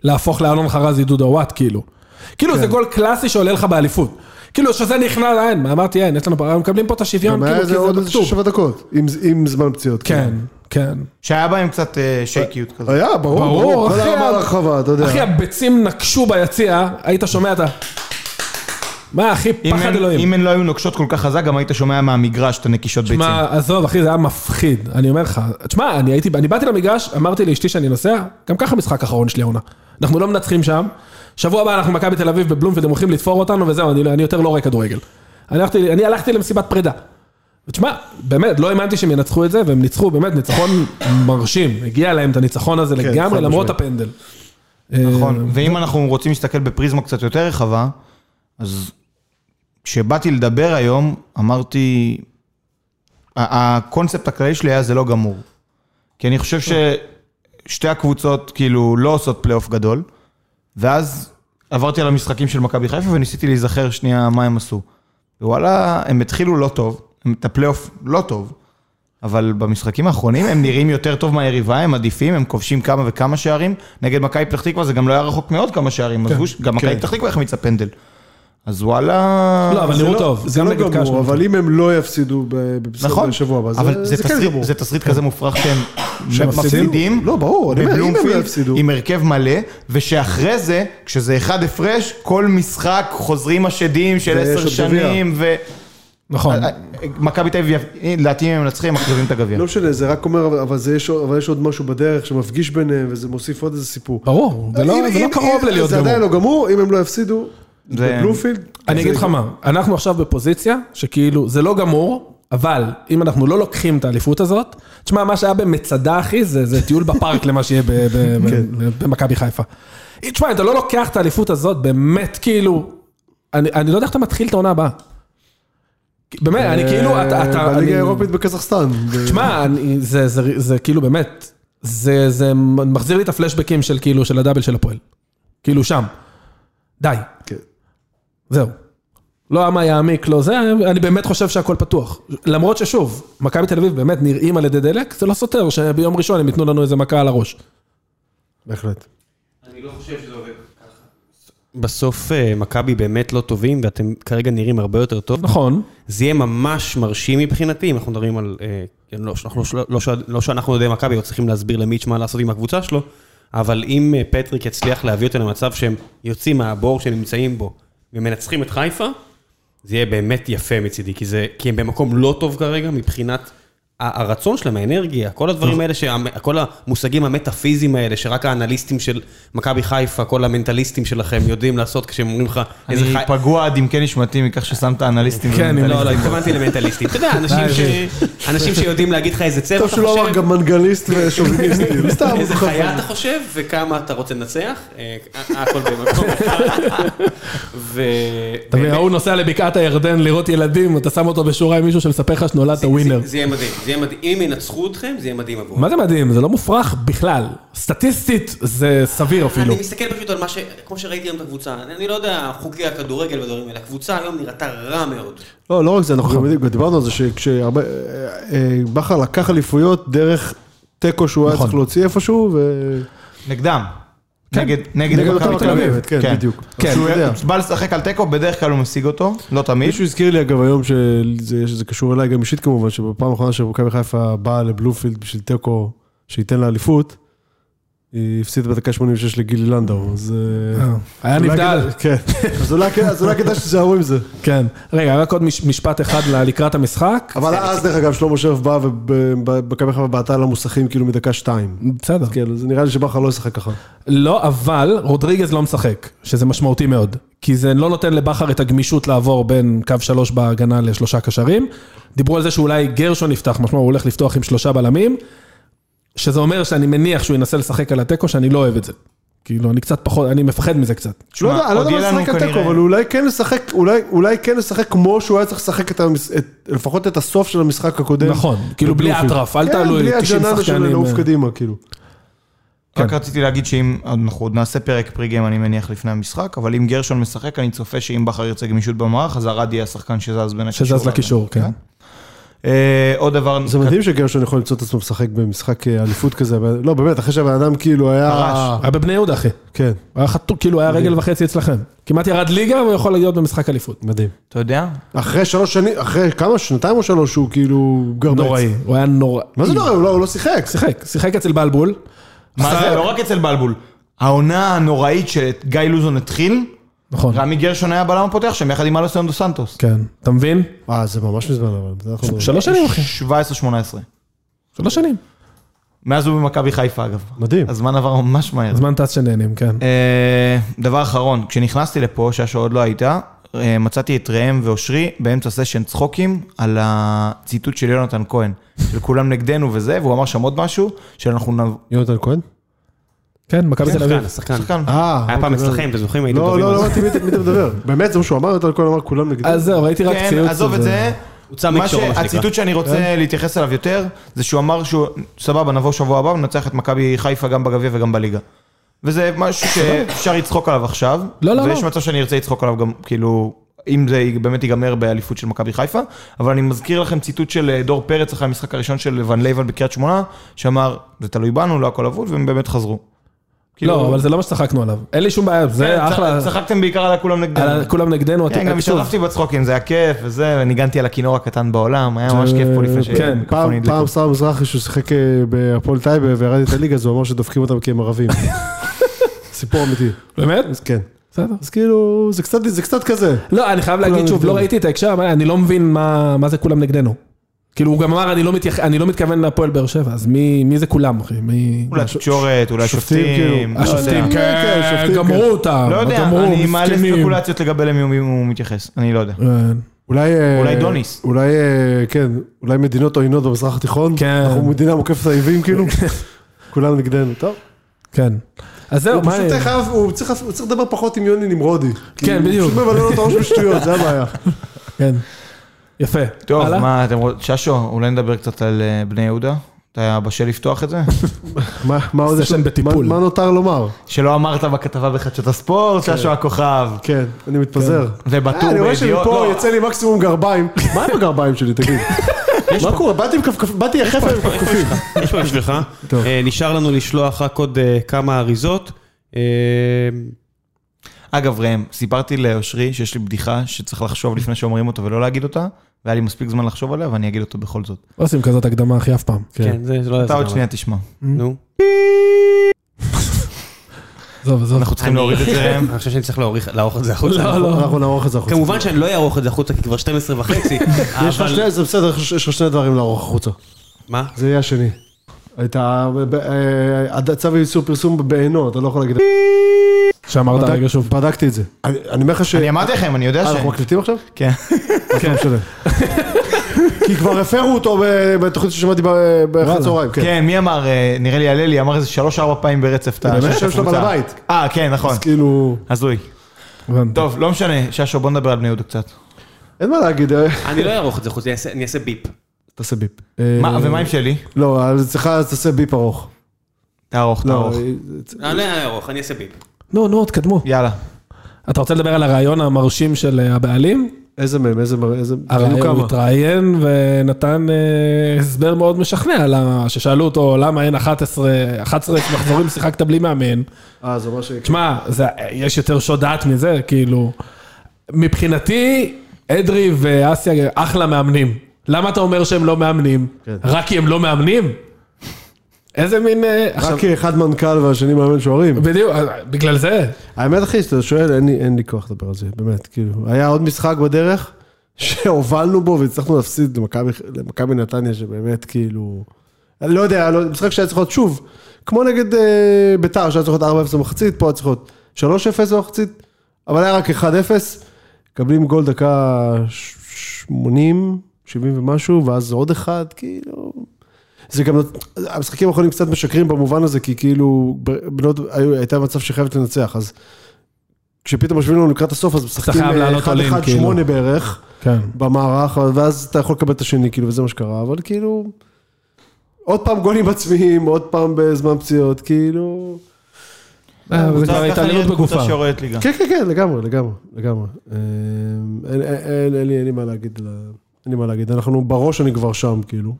להפוך לאלון חרזי דודו וואט, כאילו. כאילו,
כן.
זה גול קלאסי שעולה לך באליפות. כאילו, שזה נכנע, אין, מה אמרתי, אין, יש לנו פה, מקבלים פה את השוויון,
גם היה
כאילו, כי
איזה עוד
זה
איזה
בכתוב.
שבע דקות, עם- עם זמן פציעות.
כן, כן.
שהיה בהם קצת אה, שייקיות כזה.
היה, ברור, ברור, כל
אחי,
הרמה
ה-
הרחבה, אתה יודע.
אחי, הביצים נקשו ביציע, היית שומע את ה... מה, אחי,
אם
פחד
הן- אם
אלוהים.
הן לא היו נוקשות כל כך חזק, גם היית שומע מהמגרש את הנקישות ביצים.
מה, עזוב, אחי, זה היה מפחיד, אני אומר לך. תשמע, אני הייתי, אני באתי למגרש, אמרתי לאשתי שאני נוסע, גם ככה משחק אחרון שלי העונה. אנחנו לא מנצחים שם, שבוע הבא אנחנו מכבי תל אביב בבלומפילד, הם הולכים לתפור אותנו וזהו, אני, לא- אני יותר לא רואה כדורגל. אני הלכתי, אני הלכתי למסיבת פרידה. ותשמע, באמת, לא האמנתי שהם ינצחו את זה, והם ניצחו, באמת, ניצחון מרשים. הגיע להם את הניצחון הזה לגמרי,
כן, חד
למרות
משמעית.
הפנדל.
נכון, ואם אנחנו רוצים להסתכל בפריזמה קצת יותר רחבה, אז כשבאתי לדבר היום, אמרתי, ה- הקונספט הכללי שלי היה זה לא גמור. כי אני חושב ששתי הקבוצות כאילו לא עושות פלייאוף גדול, ואז עברתי על המשחקים של מכבי חיפה וניסיתי להיזכר שנייה מה הם עשו. וואלה, הם התחילו לא טוב, הם את הפלייאוף לא טוב, אבל במשחקים האחרונים הם נראים יותר טוב מהיריבה, הם עדיפים, הם כובשים כמה וכמה שערים. נגד מכבי פתח תקווה זה גם לא היה רחוק מאוד כמה שערים, עזבו, ש- גם מכבי פתח תקווה החמיצה פנדל. אז וואלה...
לא, אבל
זה
נראו
לא-
טוב,
זה
גם
לא
נגד קאש
גמור,
נראו
אבל אם הם לא יפסידו ב- בפסוק
נכון,
בשבוע הבא,
אבל
זה-
זה
זה כן
תסריט-
גמור.
זה תסריט כזה מופרך שהם
שהם
מפסידים.
לא, ברור, אני אומר, אם הם לא
בבלומפילד,
יפסידו.
עם הרכב מלא, ושאחרי זה, כשזה אחד הפרש, כל משחק חוזרים השדים של
ויש
עשר
עוד גביע.
שנים, ו...
אה,
אה,
נכון.
מכבי תל אביב, אה, לדעתי אם הם מנצחים, הם מחזירים את הגביע.
לא משנה, זה רק אומר, אבל- אבל זה יש- אבל יש עוד משהו בדרך שמפגיש ביניהם, וזה מוסיף עוד איזה סיפור.
ברור, זה לא
אם-
זה לא
אם-
קרוב
אם-
ללהיות
זה
גמור.
עדיין לא גמור, אם הם לא יפסידו,
זה-
בבלומפילד.
אני
זה-
אגיד לך מה, אנחנו עכשיו בפוזיציה שכאילו, זה לא גמור, אבל אם אנחנו לא לוקחים את האליפות הזאת, תשמע, מה שהיה במצדה, אחי, זה, זה טיול בפארק למה שיהיה ב- ב- ב-
כן.
במכבי חיפה. תשמע, אם אתה לא לוקח את האליפות הזאת, באמת, כאילו, אני, אני לא יודע איך אתה מתחיל את העונה הבאה. באמת, אני כאילו, אתה... אתה-
אה, בליגה
אני-
האירופית בקזחסטן. ב-
תשמע, אני- זה- זה זה כאילו באמת, זה זה מחזיר לי את הפלשבקים של כאילו, של הדאבל של הפועל. כאילו שם. די.
כן.
זהו. לא אמה יעמיק, לא זה, אני באמת חושב שהכל פתוח. למרות ששוב, מכבי תל אביב באמת נראים על ידי דלק, זה לא סותר שביום ראשון הם ייתנו לנו איזה מכה על הראש.
בהחלט.
אני לא חושב שזה עובד ככה. בסוף אה, מכבי באמת לא טובים, ואתם כרגע נראים הרבה יותר טוב.
נכון.
זה יהיה ממש מרשים מבחינתי, אם אנחנו מדברים על... אה, כן, לא, שאנחנו, לא, לא, ש- לא שאנחנו אוהדי מכבי, לא צריכים להסביר למיץ' מה לעשות עם הקבוצה שלו, אבל אם אה, פטריק יצליח להביא אותנו למצב שהם יוצאים מהבור שהם נמצאים בו ומנצחים את חיפה, זה יהיה באמת יפה מצידי, כי, זה, כי הם במקום לא טוב כרגע מבחינת ה- הרצון שלהם, האנרגיה, כל הדברים האלה, שה, כל המושגים המטאפיזיים האלה, שרק האנליסטים של מכבי חיפה, כל המנטליסטים שלכם יודעים לעשות כשהם אומרים לך איזה
אני
חי...
פגוע עד עמקי נשמתי מכך ששמת אנליסטים.
כן,
לא, לא,
ומנטליסטים.
התכוונתי אה, אוקיי. למנטליסטים. אתה יודע, אנשים ש- אנשים שיודעים להגיד לך איזה צבע
טוב
אתה
שהוא לא אמר
חושב,
גם מנגליסט ושוביניסט, כאילו, סתם.
איזה
הוא חכם.
חיה אתה חושב, וכמה אתה רוצה לנצח. אה, אה, הכל במקום אחד. ו...
אתה מבין, ההוא נוסע לבקעת הירדן לראות ילדים, אתה שם אותו בשורה עם מישהו שמספר לך שנולדת ווינר.
זה יהיה מדהים, זה יהיה מדהים. אם ינצחו אתכם, זה יהיה מדהים עבורו.
מה זה מדהים? זה לא מופרך בכלל. סטטיסטית זה סביר אפילו.
אני מסתכל פשוט על מה ש... כמו שראיתי היום את הקבוצה, אני לא יודע חוקי הכדורגל והדברים האלה, הקבוצה היום נראתה רע מאוד.
לא, לא רק זה, אנחנו גם יודעים, גם דיברנו על זה שכשהרבה... אה, אה, בכר לקח אליפויות דרך תיקו שהוא היה
נכון.
צריך להוציא איפשהו, ו...
נגדם. נגד
כן. נגד
נגד מכבי
אותה
תל אביב.
מכבי, כן, בדיוק.
כן,
שהוא יודע.
כשהוא בא לשחק על תיקו, בדרך כלל הוא משיג אותו, לא תמיד.
מישהו הזכיר לי אגב היום, שזה שזה קשור אליי גם אישית כמובן, שבפעם האחרונה שמכבי חיפה באה לבלומפילד בשביל תיקו שייתן לה אליפות, היא הפסידה בדקה 86 לגילי לנדאו, אז... אה,
היה
אולי
נבדל.
כדאי- כן. אז אולי כדאי- אז אולי כדאי שתיזהרו עם זה.
כן. רגע, רק עוד מש- משפט אחד ל- לקראת המשחק. כן.
אבל אז דרך אגב, שלמה שרף בא ומכבי חיפה בעטה למוסכים כאילו מדקה שתיים.
בסדר.
כן, זה נראה לי שבכר לא ישחק ככה.
לא, אבל רודריגז לא משחק, שזה משמעותי מאוד. כי זה לא נותן לבכר את הגמישות לעבור בין קו שלוש בהגנה לשלושה קשרים. דיברו על זה שאולי גרשון יפתח, משמע הוא הולך לפתוח עם שלושה בלמים, שזה אומר שאני מניח שהוא ינסה לשחק על התיקו, שאני לא אוהב את זה. כאילו, אני קצת פחות, אני מפחד מזה קצת.
לא יודע, אני לא
עוד
יודע
יהיה לנו
מה לשחק על תיקו,
כנראה-
אבל אולי כן לשחק, אולי- אולי כן לשחק כמו שהוא היה צריך לשחק את המס- את- לפחות את הסוף של המשחק הקודם.
נכון, כאילו בלי
בבלומפילד.
אטרף, אל
כן,
תעלו
בלי
90
הג'ננה של
שחקנים.
לעוף
אה,
קדימה, כאילו.
כן.
רק רציתי להגיד שאם, אנחנו עוד נעשה פרק פריגם אני מניח לפני המשחק, אבל אם גרשון משחק, אני צופה שאם בכר ירצה גמישות במערך, אז ארד יהיה השחקן שזז בין הקישור.
שזז
והגנה.
לקישור, כן.
אה, עוד דבר,
זה מדהים שגרשון יכול למצוא את עצמו משחק במשחק אה, אליפות כזה, אבל- לא באמת, אחרי שהבן אדם כאילו היה...
פרש.
היה אה, בבני יהודה, אחי.
כן,
היה חתוך, כאילו היה רגל וחצי אצלכם. כמעט ירד ליגה והוא יכול להיות במשחק אליפות.
מדהים.
אתה יודע?
אחרי שלוש שנים, אחרי כמה, שנתיים או שלוש, הוא כאילו גרבץ.
נוראי, הוא היה נוראי. כאילו,
מה זה נוראי? הוא לא- הוא לא שיחק.
שיחק, שיחק אצל בלבול.
מה זה? לא רק אצל בלבול. העונה הנוראית שגיא לוזון התחיל,
נכון.
רמי גרשון היה הבלם הפותח שם יחד עם אלסנדו סנטוס.
כן, אתה מבין?
אה, זה ממש מזמן אבל. זה אנחנו לא-
שלוש שנים אחי,
17-18.
שלוש שנים.
מאז הוא במכבי חיפה אגב.
מדהים.
הזמן עבר ממש מהר.
הזמן טס שנהנים, כן.
אה, דבר אחרון, כשנכנסתי לפה, שעה שעוד לא הייתה, אה, מצאתי את ראם ואושרי באמצע סשן צחוקים על הציטוט של יונתן כהן, של כולם נגדנו וזה, והוא אמר שם עוד משהו, שאנחנו נב...
יונתן כהן?
כן, מכבי תל אביב.
שחקן.
שחקן.
אה,
היה פעם
אוקיי.
אצלכם, אתם זוכרים? הייתם
לא,
טובים
לא,
אז.
לא הבנתי מי מי אתה מדבר. באמת, זה מה שהוא אמר, יונתן כהן אמר, כולם נגדנו.
אז זהו, ראיתי רק
כן,
ציוץ. כן.
עזוב את
הזה.
זה.
הוצא
מה
מקשור, מה שנקרא.
שהציטוט שאני רוצה להתייחס אליו יותר, זה שהוא אמר שהוא, סבבה, נבוא שבוע הבא וננצח את מכבי חיפה גם בגביע וגם בליגה. וזה משהו שאפשר לצחוק עליו עכשיו.
לא, לא,
ויש
לא.
מצב שאני ארצה לצחוק עליו גם, כאילו, אם זה באמת ייגמר באליפות של מכבי חיפה. אבל אני מזכיר לכם ציטוט של אה, דור פרץ אחרי המשחק הראשון של ון לייבן בקריית שמונה, שאמר, זה תלוי בנו, לא הכל אבוד, והם באמת חזרו.
כאילו-
כן,
לא, אבל זה לא מה שצחקנו עליו. אין לי שום בעיה, זה אחלה.
צחקתם בעיקר על הכולם נגדנו.
על ה- כולם נגדנו,
כן,
אתה-
גם
שוב,
השתתפתי בצחוקים, זה היה כיף וזה, וניגנתי על הכינור הקטן בעולם, היה ממש כיף פה לפני ש...
כן,
פעם-
המיקרופונים
פעם
הדליקו.
שר מזרחי שהוא שיחק אה, בהפועל טייבה וירד את הליגה, אז הוא אמר שדופקים אותם כי הם ערבים. סיפור אמיתי.
באמת?
אז כן.
בסדר.
אז כאילו, זה קצת- זה קצת כזה.
לא, אני חייב להגיד
כולם
שוב, לא
נגדנו.
ראיתי את ההקשר, אבל אני לא מבין מה מה זה כולם נגדנו. כאילו, הוא גם אמר, "אני לא מתייח- אני לא מתכוון להפועל באר שבע, אז מי מי זה כולם, אחי? מי... אה,
אולי תקשורת, אולי
שופטים,
שופטים,
כאילו.
לא
השופטים,
יודע.
כן,
כן, שופטים,
גמרו
כן.
אותם,
לא יודע,
גמרו,
אני מעלה
מסכנים.
ספקולציות לגבי למי הוא מתייחס, אני לא יודע.
כן.
אולי... אה,
אולי דוניס.
אולי, אה, כן, אולי מדינות עוינות במזרח התיכון.
כן.
אנחנו מדינה מוקפת אויבים, כאילו. כולם נגדנו, טוב.
כן. אז
לא,
זהו,
הוא
מה...
פשוט חייב, הוא צריך- הוא צריך לדבר פחות עם יוני נמרודי.
כן,
כי
כאילו,
הוא
בדיוק.
פשוט מבלבל לו את הראש בשטויות, זה הבעיה.
כן. יפה.
טוב,
הלאה?
מה אתם רוצים? ששו, אולי נדבר קצת על אה, בני יהודה? אתה בשל לפתוח את זה?
מה מה עוד
זה
יש?
שם בטיפול.
מה- מה נותר לומר?
שלא אמרת בכתבה בחדשות הספורט, ששו הכוכב.
כן, אני מתפזר.
ובטור
אה, אני רואה
בידיעות.
שמפה
לא,
יצא לי מקסימום גרביים.
מה עם הגרביים שלי, תגיד? מה קורה? באתי עם כפכפ- באתי יחף עם כפכפים.
יש פה בשבילך. אה, נשאר לנו לשלוח רק עוד אה, כמה אריזות. אה,
אגב, ראם, סיפרתי לאושרי שיש לי בדיחה שצריך לחשוב לפני שאומרים אותה ולא להגיד אותה, והיה לי מספיק זמן לחשוב עליה, ואני אגיד אותה בכל זאת.
לא עושים כזאת הקדמה הכי אף פעם.
כן, זה זה לא...
אתה
יעזור
עוד
לנו.
שנייה תשמע.
נו.
עזוב, עזוב.
אנחנו צריכים להוריד את זה, ראם.
אני חושב שאני צריך להעריך- לערוך את זה החוצה.
לא, אנחנו נערוך את זה החוצה.
כמובן שאני לא אערוך את זה החוצה, כי כבר 12 וחצי.
יש לך
אבל-
שני, זה בסדר, יש יש לך שני דברים לערוך החוצה.
מה?
זה יהיה השני. הייתה, אה, צו איסור פרסום בעינו, אתה לא יכול להגיד.
שאמרת
בדק-
הרגע שוב.
בדקתי את זה. אני אני אומר לך ש...
אני אמרתי לכם, אני יודע
אה,
ש...
אנחנו מקליטים עכשיו?
כן.
אז לא משנה. כי כבר הפרו אותו ב- בתוכנית ששמעתי ב- באחת הצהריים, כן.
כן, מי אמר? אה, נראה לי הללי אמר איזה שלוש-ארבע פעמים ברצף את
באמת?
השם
השם של
הקבוצה.
הבעל הבית.
אה, כן, נכון.
אז כאילו,
הזוי.
הבנתי.
טוב, לא משנה, ששו, בוא נדבר על בני יהודה קצת.
אה, אין מה להגיד, אה,
אני לא אערוך את זה החוצה, אני אעשה- אני אעשה ביפ.
תעשה ביפ. אה,
מה- ומה עם שלי?
לא, אז אצלך אז תעשה ביפ ארוך.
תערוך,
לא,
תערוך.
אה,
אני לא אערוך, אני אעשה ביפ.
נו, נו, תקדמו.
יאללה.
אתה רוצה לדבר על הרעיון המרשים של אה, הבעלים?
איזה מהם, איזה מהם, איזה... היו
הרעיון, אה, הוא
כמה.
התראיין ונתן אה, הסבר מאוד משכנע, למה- ששאלו אותו למה אין 11, 11 מחזורים שיחקת בלי מאמן.
אה, זה ממש...
תשמע, זה- יש יותר שוד דעת מזה, כאילו. מבחינתי, אדרי ואסיה אחלה מאמנים. למה אתה אומר שהם לא מאמנים?
כן.
רק כי הם לא מאמנים? איזה מין... אה, עכשיו-
רק כי אחד מנכ"ל והשני מאמן שוערים.
בדיוק, אה, בגלל זה.
האמת אחי, שאתה שואל, אין לי, אין לי כוח לדבר על זה, באמת, כאילו. היה עוד משחק בדרך שהובלנו בו והצלחנו להפסיד למכבי- למכבי נתניה, שבאמת כאילו... אני לא יודע, לא, משחק שהיה צריך להיות שוב, כמו נגד אה, ביתר, שהיה צריך להיות 4-0 במחצית, פה היה צריך להיות 3-0 במחצית, אבל היה רק 1-0, מקבלים גול דקה ש- 80, 70 ומשהו, ואז עוד אחד, כאילו... זה גם, המשחקים האחרונים קצת משקרים במובן הזה, כי כאילו, בנות, היו- הייתה מצב שחייבת לנצח, אז כשפתאום יושבים לנו לקראת הסוף, אז משחקים אה,
חייב לעלות עולים,
1-1-8
כאילו.
בערך.
כן.
במערך, ואז אתה יכול לקבל את השני, כאילו, וזה מה שקרה, אבל כאילו... עוד פעם גולים עצמיים, עוד פעם בזמן פציעות, כאילו...
זה
קבוצה-
כבר
ככה
התעללות
נראית קבוצה
בגופה.
שיורדת ליגה.
כן, כן, כן, לגמרי, לגמרי, לגמרי. אמ, אין- אין- אין אין לי- אין לי מה להגיד, ל- אין לי מה להגיד, אנחנו בראש אני כבר שם, כאילו.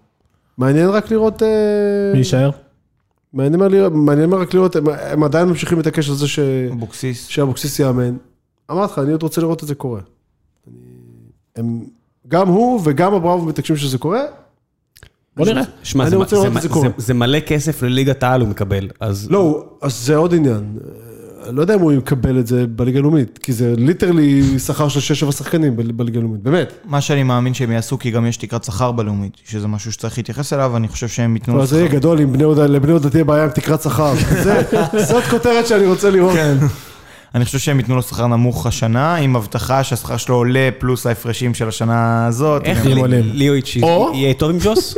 מעניין רק לראות... אה,
מי יישאר?
מעניין מה לראות- מעניין מה רק לראות, הם- הם עדיין ממשיכים את הקשר הזה ש-
אבוקסיס.
שאבוקסיס יאמן. אמרתי לך, אני עוד רוצה לראות את זה קורה. אני- הם- גם הוא וגם אברהם מתעקשים שזה קורה,
בוא נראה.
שמע,
אני
זה-
רוצה לראות
זה-
את זה
זה-
קורה.
זה מלא כסף לליגת העל הוא מקבל, אז...
לא, הוא- אז זה עוד עניין. אה, לא יודע אם הוא יקבל את זה בליגה הלאומית, כי זה ליטרלי שכר של 6-7 שחקנים ב- בליגה הלאומית, באמת.
מה שאני מאמין שהם יעשו, כי גם יש תקרת שכר בלאומית, שזה משהו שצריך להתייחס אליו, אני חושב שהם ייתנו
אבל
לו
זה יהיה
שכר.
גדול אם בני יהודה, לבני יהודה תהיה בעיה עם תקרת שכר. זה- זאת כותרת שאני רוצה לראות.
כן. אני חושב שהם ייתנו לו שכר נמוך השנה, עם הבטחה שהשכר שלו עולה פלוס ההפרשים של השנה הזאת.
איך
אני-
לי-
עולים?
ליאויצ'י
או-
יהיה טוב עם ג'וס?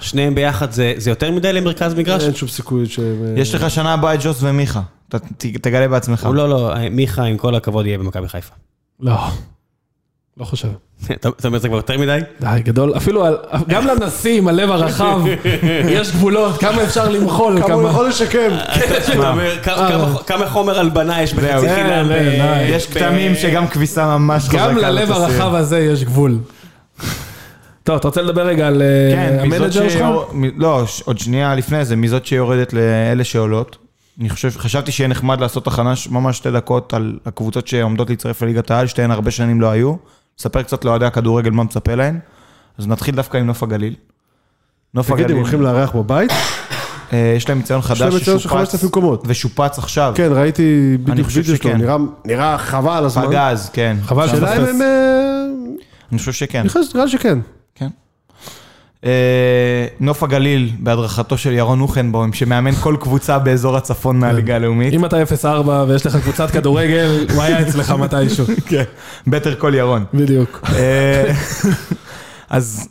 שניהם ביחד זה זה יותר מדי למרכז מגרש?
אין שום סיכוי ש...
יש לך שנה הבאה את ג'וס ומיכה, אתה ת- תגלה בעצמך.
הוא לא, לא, מיכה, עם כל הכבוד, יהיה במכבי חיפה.
לא. לא חושב.
אתה אתה אומר זה כבר יותר מדי?
די, גדול. אפילו על- גם לנשיא עם הלב הרחב יש גבולות, כמה אפשר למחול,
אה, כמה הוא יכול לשקם.
אה,
אתה אומר, כ- כמה- כמה חומר הלבנה יש בחצי
אין,
חינם?
אין,
ב-
די.
יש
ב-
כתמים שגם כביסה ממש חזקה.
גם ללב
לא תסיר.
הרחב הזה יש גבול. טוב, אתה רוצה לדבר רגע על אה,
כן, מזאת
המנג'ר שלך?
שיור- מ- לא, ש- עוד שנייה לפני זה, מזאת שיורדת לאלה שעולות. אני חושב, חשבתי שיהיה נחמד לעשות הכנה ש- ממש שתי דקות על הקבוצות שעומדות להצטרף לליגת העל, שתיהן הרבה שנים לא היו. נספר קצת לאוהדי הכדורגל מה מצפה להן. אז נתחיל דווקא עם נוף הגליל. נוף
תגיד, הם
הגליל,
הולכים לארח בבית?
אה, יש להם ציון
להם
חדש
ציון של 5,000 קומות.
ושופץ עכשיו.
כן, ראיתי בדיוק
חושב
וידאו שלו,
שכן.
נראה- נראה חבל על הזמן.
פגז, כן.
חבל
השאלה אם
שאלה
הם... אה,
אני חושב שכן.
נכנס, נראה לי שכן.
כן. אה, נוף הגליל, בהדרכתו של ירון הוכנבוים, שמאמן כל קבוצה באזור הצפון מהליגה הלאומית.
אם אתה 0-4 ויש לך קבוצת כדורגל, הוא היה אצלך מתישהו.
כן. בטר כל ירון.
בדיוק.
אה, אז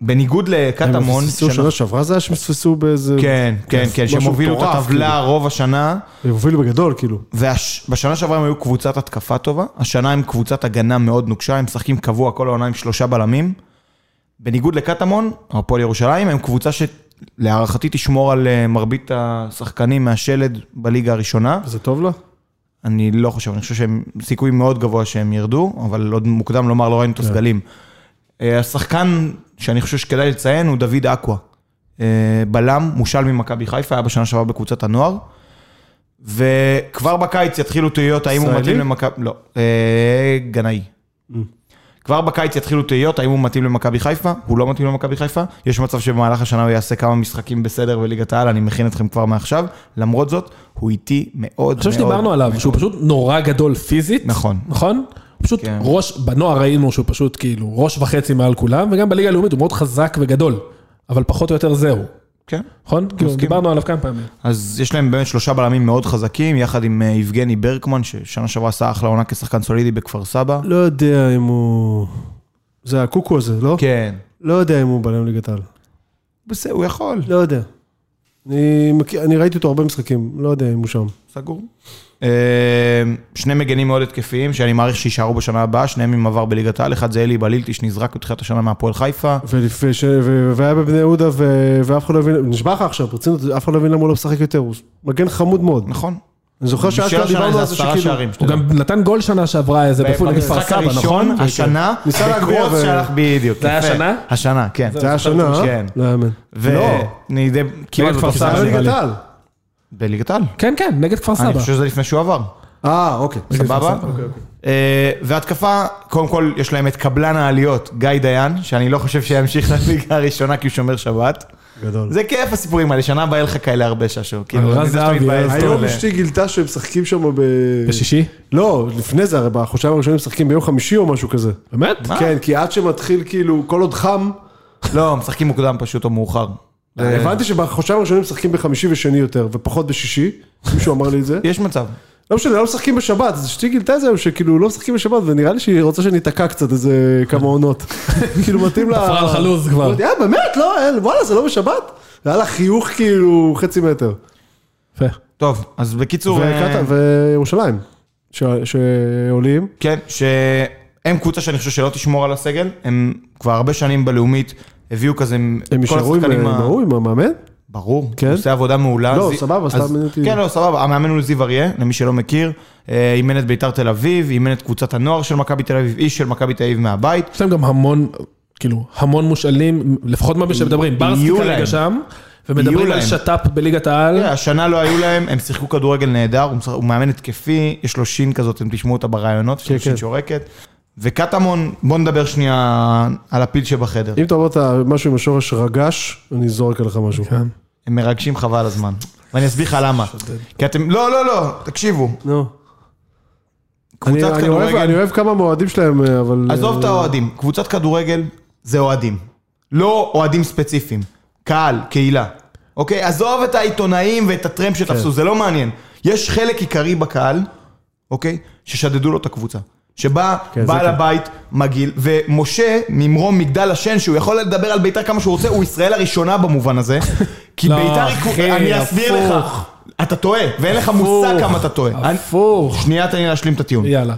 בניגוד לקטמון,
הם פספסו
שאנחנו-
שנה שעברה זה היה שהם פספסו באיזה...
כן, כן, כן,
משהו
שהם הובילו את
מטורף,
הטבלה רוב השנה,
הם הובילו בגדול, כאילו.
ובשנה שעברה הם היו קבוצת התקפה טובה, השנה הם קבוצת הגנה מאוד נוקשה, הם משחקים קבוע כל העונה עם שלושה בלמים. בניגוד לקטמון, הפועל ירושלים, הם קבוצה שלהערכתי תשמור על אה, מרבית השחקנים מהשלד בליגה הראשונה.
זה טוב לה?
אני לא חושב, אני חושב שהם סיכוי מאוד גבוה שהם ירדו, אבל עוד מוקדם לומר, לא ראינו
כן.
את הסגלים. אה, השחקן שאני חושב שכדאי לציין הוא דוד אקווה. אה, בלם, מושל ממכבי חיפה, היה בשנה שעברה בקבוצת הנוער. וכבר בקיץ יתחילו תהיות האם הוא
ישראלי?
מתאים למכבי... לא, אה, גנאי.
Mm.
כבר בקיץ יתחילו תהיות האם הוא מתאים למכבי חיפה, הוא לא מתאים למכבי חיפה. יש מצב שבמהלך השנה הוא יעשה כמה משחקים בסדר בליגת העל, אני מכין אתכם כבר מעכשיו. למרות זאת, הוא איטי מאוד מאוד.
אני חושב שדיברנו עליו, שהוא פשוט נורא גדול פיזית.
נכון.
נכון? הוא פשוט
כן.
ראש, בנוער ראינו שהוא פשוט כאילו ראש וחצי מעל כולם, וגם בליגה הלאומית הוא מאוד חזק וגדול, אבל פחות או יותר זהו,
כן.
נכון? כאילו דיברנו עליו כמה פעמים.
אז יש להם באמת שלושה בלמים מאוד חזקים, יחד עם אה, יבגני ברקמן, ששנה שעברה עשה אחלה עונה כשחקן סולידי בכפר סבא.
לא יודע אם הוא... זה הקוקו הזה, לא?
כן.
לא יודע אם הוא בלם ליגת העל.
בסדר, הוא יכול.
לא יודע. אני, מכיר, אני ראיתי אותו הרבה משחקים, לא יודע אם הוא שם.
סגור. אה, שני מגנים מאוד התקפיים, שאני מעריך שיישארו בשנה הבאה, שניהם עם עבר בליגת העל, אחד זה אלי בלילטי שנזרק בתחילת השנה מהפועל חיפה.
ולפני ש... ו... והיה בבני יהודה ו... ואף אחד לא הבין, נשבע לך עכשיו, ברצינות, אף אחד לא הבין למה הוא לא משחק יותר, הוא מגן חמוד מאוד.
נכון.
אני זוכר שאז
בשל השנה
לא דיברנו
זה
על זה
עשרה
שכאילו...
שערים. אה,
הוא גם נתן גול שנה שעברה איזה בפול נגד כפר
במשחק
סבא,
הראשון,
נכון?
השנה,
ניסה להגביה,
בקרוס
אבל-
שהלך בדיוק.
זה היה
יפה.
השנה?
השנה, כן.
זה היה השנה, אה?
כן.
לא יאמן.
ונידי... כמעט
כפר
בתוצאה
סבא
זה
בליגת
נראה לי.
העל.
בליגת העל.
כן, כן, נגד כפר
אני
סבא.
חושב שזה לפני שהוא עבר.
אה, אוקיי.
סבבה? אה, והתקפה, קודם כל יש להם את קבלן העליות, גיא דיין, שאני לא חושב שימשיך לליגה הראשונה כי הוא שומר שבת.
גדול.
זה כיף הסיפורים האלה, שנה הבאה יהיה לך כאלה הרבה ששו.
רז
כאילו,
אה,
אני יודע שאתה
זהבי,
מתבאס.
רז
היום
אבל-
אשתי גילתה שהם משחקים שם ב...
בשישי?
לא, לפני זה, הרי בחודשיים הראשונים משחקים ביום חמישי או משהו כזה.
באמת?
כן, כי עד שמתחיל כאילו, כל עוד חם,
לא, משחקים מוקדם פשוט או מאוחר. אה.
הבנתי שבחודשיים הראשונים משחקים בחמישי ושני יותר, ופחות בשישי, מישהו אמר לי את זה.
יש מצב.
לא משנה, לא משחקים בשבת, אז אשתי גילתה את זה היום, שכאילו לא משחקים בשבת, ונראה לי שהיא רוצה שניתקע קצת איזה כמה עונות. כאילו מתאים לה...
תפרה לך לו"ז כבר.
אמרתי, אה, באמת? לא, אין, וואלה, זה לא בשבת? והיה לה חיוך כאילו חצי מטר.
יפה.
טוב, אז בקיצור... אה,
וקטן וירושלים, ש- שעולים.
כן, שהם קבוצה שאני חושב שלא תשמור על הסגל, הם כבר הרבה שנים בלאומית, הביאו כזה...
הם
כל
יישארו עם אה,
השחקנים
עם
ה-
ההוא, עם המאמן?
ברור,
כן?
הוא עושה עבודה מעולה.
לא,
זי-
סבבה, סתם
אז-
מעניין אותי.
כן, לא, סבבה, המאמן הוא זיו אריה, למי שלא מכיר, אה, אימן את ביתר תל אביב, אימן את קבוצת הנוער של מכבי תל אביב, איש של מכבי תל אביב מהבית.
כן.
יש להם גם המון, כאילו, המון מושאלים, לפחות מה שמדברים. ברסקי
יהיו
כרגע
להם.
שם, ומדברים
יהיו
על
להם.
שת"פ בליגת העל.
תראה, השנה לא היו להם, הם שיחקו כדורגל נהדר, הוא משחק- הוא מאמן התקפי, יש לו שין כזאת, אתם תשמעו אותה בראיונות,
כן,
יש לו שין שורקת. וקטמון, בוא נדבר שנייה על הפיל שבחדר.
אם אתה אומר את ה- משהו עם השורש רגש, אני זורק עליך משהו.
הם מרגשים חבל על הזמן. ואני אסביר לך למה. כי אתם, לא, לא, לא, תקשיבו.
נו. אני
קבוצת
אני אוהב-
כדורגל-
אני אוהב כמה מועדים שלהם, אבל... אה,
עזוב את
לא.
האוהדים, קבוצת כדורגל זה אוהדים. לא אוהדים ספציפיים, קהל, קהילה. אוקיי? עזוב את העיתונאים ואת הטרמפ
כן.
שתפסו, זה לא מעניין. יש חלק עיקרי בקהל, אוקיי? ששדדו לו את הקבוצה. שבא
כן, זה
בעל
כן.
הבית, מגעיל, ומשה ממרום מגדל השן, שהוא יכול לדבר על בית"ר כמה שהוא רוצה, הוא ישראל הראשונה במובן הזה. כי
לא,
בית"ר... היא-
אחי,
אני אסביר לך.
הפוך.
אתה טועה, ואין לך מושג כמה אתה טועה. אני-
הפוך.
שנייה, תן לי להשלים את הטיעון.
יאללה.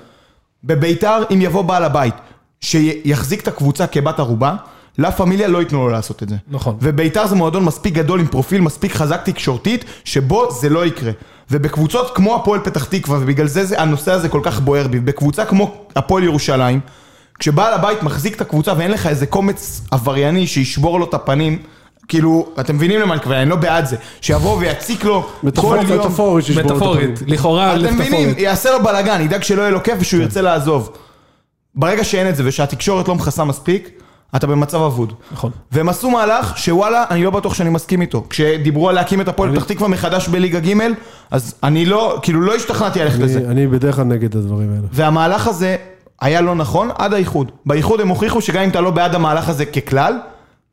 בביתר, אם יבוא בעל הבית שיחזיק את הקבוצה כבת ערובה, לה פמיליה לא ייתנו לו לעשות את זה.
נכון.
וביתר זה מועדון מספיק גדול עם פרופיל מספיק חזק תקשורתית, שבו זה לא יקרה. ובקבוצות כמו הפועל פתח תקווה, ובגלל זה, זה הנושא הזה כל כך בוער בי, בקבוצה כמו הפועל ירושלים, כשבעל הבית מחזיק את הקבוצה ואין לך איזה קומץ עברייני שישבור לו את הפנים, כאילו, אתם מבינים למה אני מתכוון, אני לא בעד זה, שיבוא ויציק לו כל
מטאפורית,
יום.
מטאפורית שישבור את הפנים.
מטאפורית, לכאורה
אתם מבינים,
מטאפורית.
יעשה לו בלאגן, ידאג שלא יהיה לו כיף
כן.
ושהוא ירצה לעזוב. ברגע שאין את זה ושהתקשורת לא מכסה מספיק, אתה במצב אבוד.
נכון.
והם עשו מהלך שוואלה, אני לא בטוח שאני מסכים איתו. כשדיברו על להקים את הפועל פתח תקווה מחדש בליגה ג', אז אני לא, כאילו לא השתכנעתי ללכת לזה.
אני- אני בדרך כלל נגד הדברים האלה.
והמהלך הזה היה לא נכון עד האיחוד. באיחוד הם הוכיחו שגם אם אתה לא בעד המהלך הזה ככלל,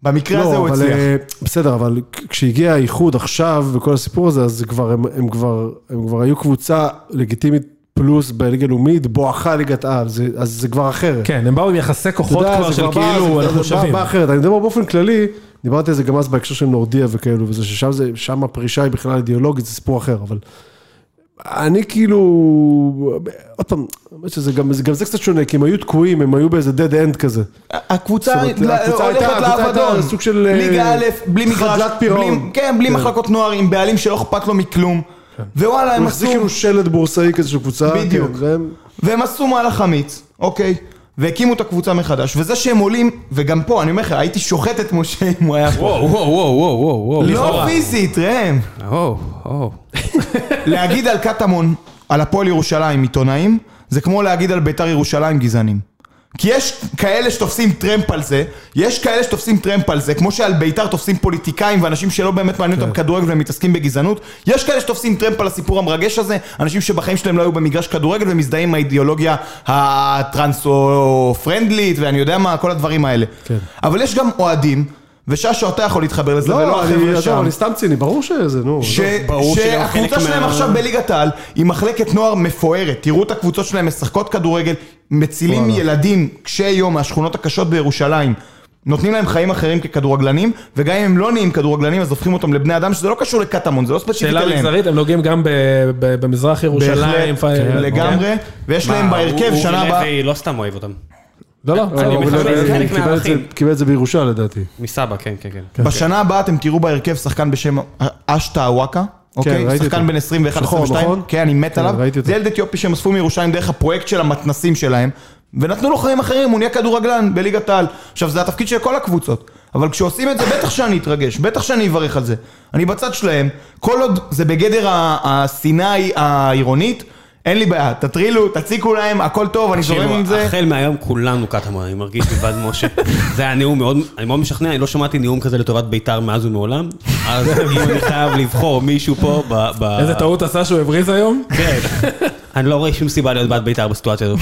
במקרה הזה הוא
אבל,
הצליח.
אה, בסדר, אבל כ- כשהגיע האיחוד עכשיו וכל הסיפור הזה, אז כבר הם, הם, כבר, הם כבר היו קבוצה לגיטימית פלוס בליגה לאומית, בואכה ליגת על, זה, אז זה כבר אחרת.
כן, הם באו עם יחסי
אתה
כוחות
יודע,
כבר
זה
של
כבר בא-
כאילו
זה-
אנחנו
זה בא-
שווים.
בא אחרת, אני מדבר באופן כללי, דיברתי על זה גם אז בהקשר של נורדיה וכאלו, וזה ששם זה, שם הפרישה היא בכלל אידיאולוגית, זה סיפור אחר, אבל... אני כאילו, עוד פעם, האמת שזה גם, זה- גם זה קצת שונה, כי הם היו תקועים, הם היו באיזה dead end כזה.
הקבוצה
זאת אומרת,
הולכת
הקבוצה הייתה- הקבוצה הייתה
לאבדון.
סוג של, אה,
ליגה א', בלי מגרש,
חדלת פירעון.
בלי- כן, בלי
כן.
מחלקות נוער, עם בעלים שלא אכפת לו מכלום. ווואלה,
הם
הם עשו...
מחזיק כאילו שלד בורסאי כזה של קבוצה.
בדיוק.
כן, והם-
והם עשו מהלך אמיץ, אוקיי? והקימו את הקבוצה מחדש, וזה שהם עולים, וגם פה, אני אומר לך, הייתי שוחט את משה אם הוא היה פה.
וואו, וואו, וואו, וואו, וואו.
לא פיזית, ראם.
וואו, וואו.
להגיד על קטמון, על הפועל ירושלים עיתונאים, זה כמו להגיד על ביתר ירושלים גזענים. כי יש כאלה שתופסים טרמפ על זה, יש כאלה שתופסים טרמפ על זה, כמו שעל ביתר תופסים פוליטיקאים ואנשים שלא באמת מעניין
כן.
אותם כדורגל והם מתעסקים בגזענות, יש כאלה שתופסים טרמפ על הסיפור המרגש הזה, אנשים שבחיים שלהם לא היו במגרש כדורגל ומזדהים עם האידיאולוגיה הטרנסו-פרנדלית ואני יודע מה, כל הדברים האלה.
כן.
אבל יש גם אוהדים, וששו אתה יכול להתחבר לזה ולא
לא, אני,
החבר'ה
עזוב,
שם.
אני סתם ציני, ברור שזה, נו.
ש-
עזוב.
ברור שגם
שהקבוצה
חלק
שלהם
מה-
עכשיו בליגת העל היא מחלקת נוער מפוארת. תראו את הקבוצות שלהם משחקות כדורגל, מצילים ילדים קשי יום מהשכונות הקשות בירושלים. נותנים להם חיים אחרים ככדורגלנים, וגם אם הם לא נהיים כדורגלנים אז הופכים אותם לבני אדם, שזה לא קשור לקטמון, זה לא ספציפית
שאלה
אליהם.
מגזרית, הם נוגעים גם ב- ב- במזרח ירושלים.
בהחלט,
פ- כן.
לגמרי,
אה,
ויש להם בהרכב שנה הבאה...
אורי לוי לא סתם אוהב אותם.
לא, לא,
לא,
אני
הוא
מחזק.
לא יודע,
חלק
הוא קיבל את זה-
מהערכים.
קיבל את זה בירושה לדעתי.
מסבא, כן, כן, כן.
בשנה הבאה אתם תראו בהרכב שחקן בשם אשטה אוואקה. אוקיי,
כן, ראיתי
שחקן
אותו.
בן 21-22,
שחור, נכון?
כן, אני מת
כן,
עליו.
ראיתי אותו.
זה ילד אתיופי שהם אספו מירושלים דרך הפרויקט של המתנסים שלהם, ונתנו לו חיים אחרים, הוא נהיה כדורגלן בליגת העל. עכשיו, זה התפקיד של כל הקבוצות, אבל כשעושים את זה, בטח שאני אתרגש, בטח שאני אברך על זה. אני בצד שלהם, כל עוד זה בגדר ה- השנאה העירונית, אין לי בעיה, תטרילו, תציקו להם, הכל טוב, אני זורם עם
תקשיבו,
זה.
כאילו, החל מהיום כולנו קטמון, אני מרגיש לבד משה. זה היה נאום מאוד, אני מאוד משכנע, אני לא שמעתי נאום כזה לטובת בית"ר מאז ומעולם. אז אם אני חייב לבחור מישהו פה ב... ב-
איזה טעות עשה שהוא הבריז היום?
כן. אני לא רואה שום סיבה להיות בעד בית"ר בסיטואציה הזו.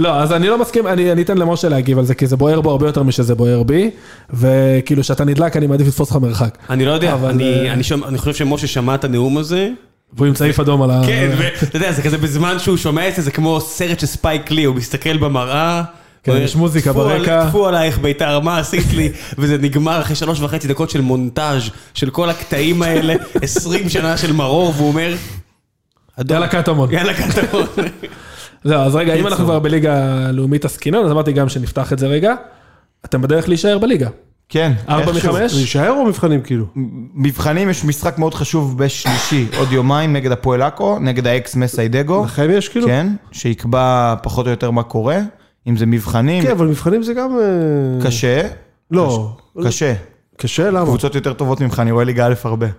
לא, אז אני לא מסכים, אני, אני אתן למשה להגיב על זה, כי זה בוער בו הרבה יותר משזה בוער בי, וכאילו כשאתה נדלק אני מעדיף לתפוס לך מרחק.
אני לא יודע,
אבל,
אני-
אה,
אני שומע- אני חושב שמשה שמע את הנאום הזה.
והוא עם צעיף אדום על ה...
כן, ואתה יודע, זה כזה בזמן שהוא שומע את זה, זה כמו סרט של ספייק לי, הוא מסתכל במראה.
כן,
אומר,
יש מוזיקה
"טפו על-
ברקע."
טפו עלייך בית"ר, מה עשית לי? וזה נגמר אחרי שלוש וחצי דקות של מונטאז' של כל הקטעים האלה, עשרים שנה של מרור, והוא אומר,
יאללה קטמון.
כן.
יאללה קטמון.
זהו, אז רגע, אם אנחנו כבר בליגה לאומית עסקינן, אז אמרתי גם שנפתח את זה רגע. אתם בדרך להישאר בליגה.
כן,
ארבע
איכשהו.
מחמש?
להישאר או מבחנים כאילו?
מבחנים, יש משחק מאוד חשוב בשלישי, עוד יומיים נגד הפועל עכו, נגד האקס מסיידגו,
לכם יש כאילו?
כן, שיקבע פחות או יותר מה קורה, אם זה מבחנים,
כן, אבל מבחנים זה גם... אה,
קשה,
לא.
קשה.
קשה, למה?
קבוצות יותר טובות ממך, אני רואה ליגה א' הרבה.
כאילו,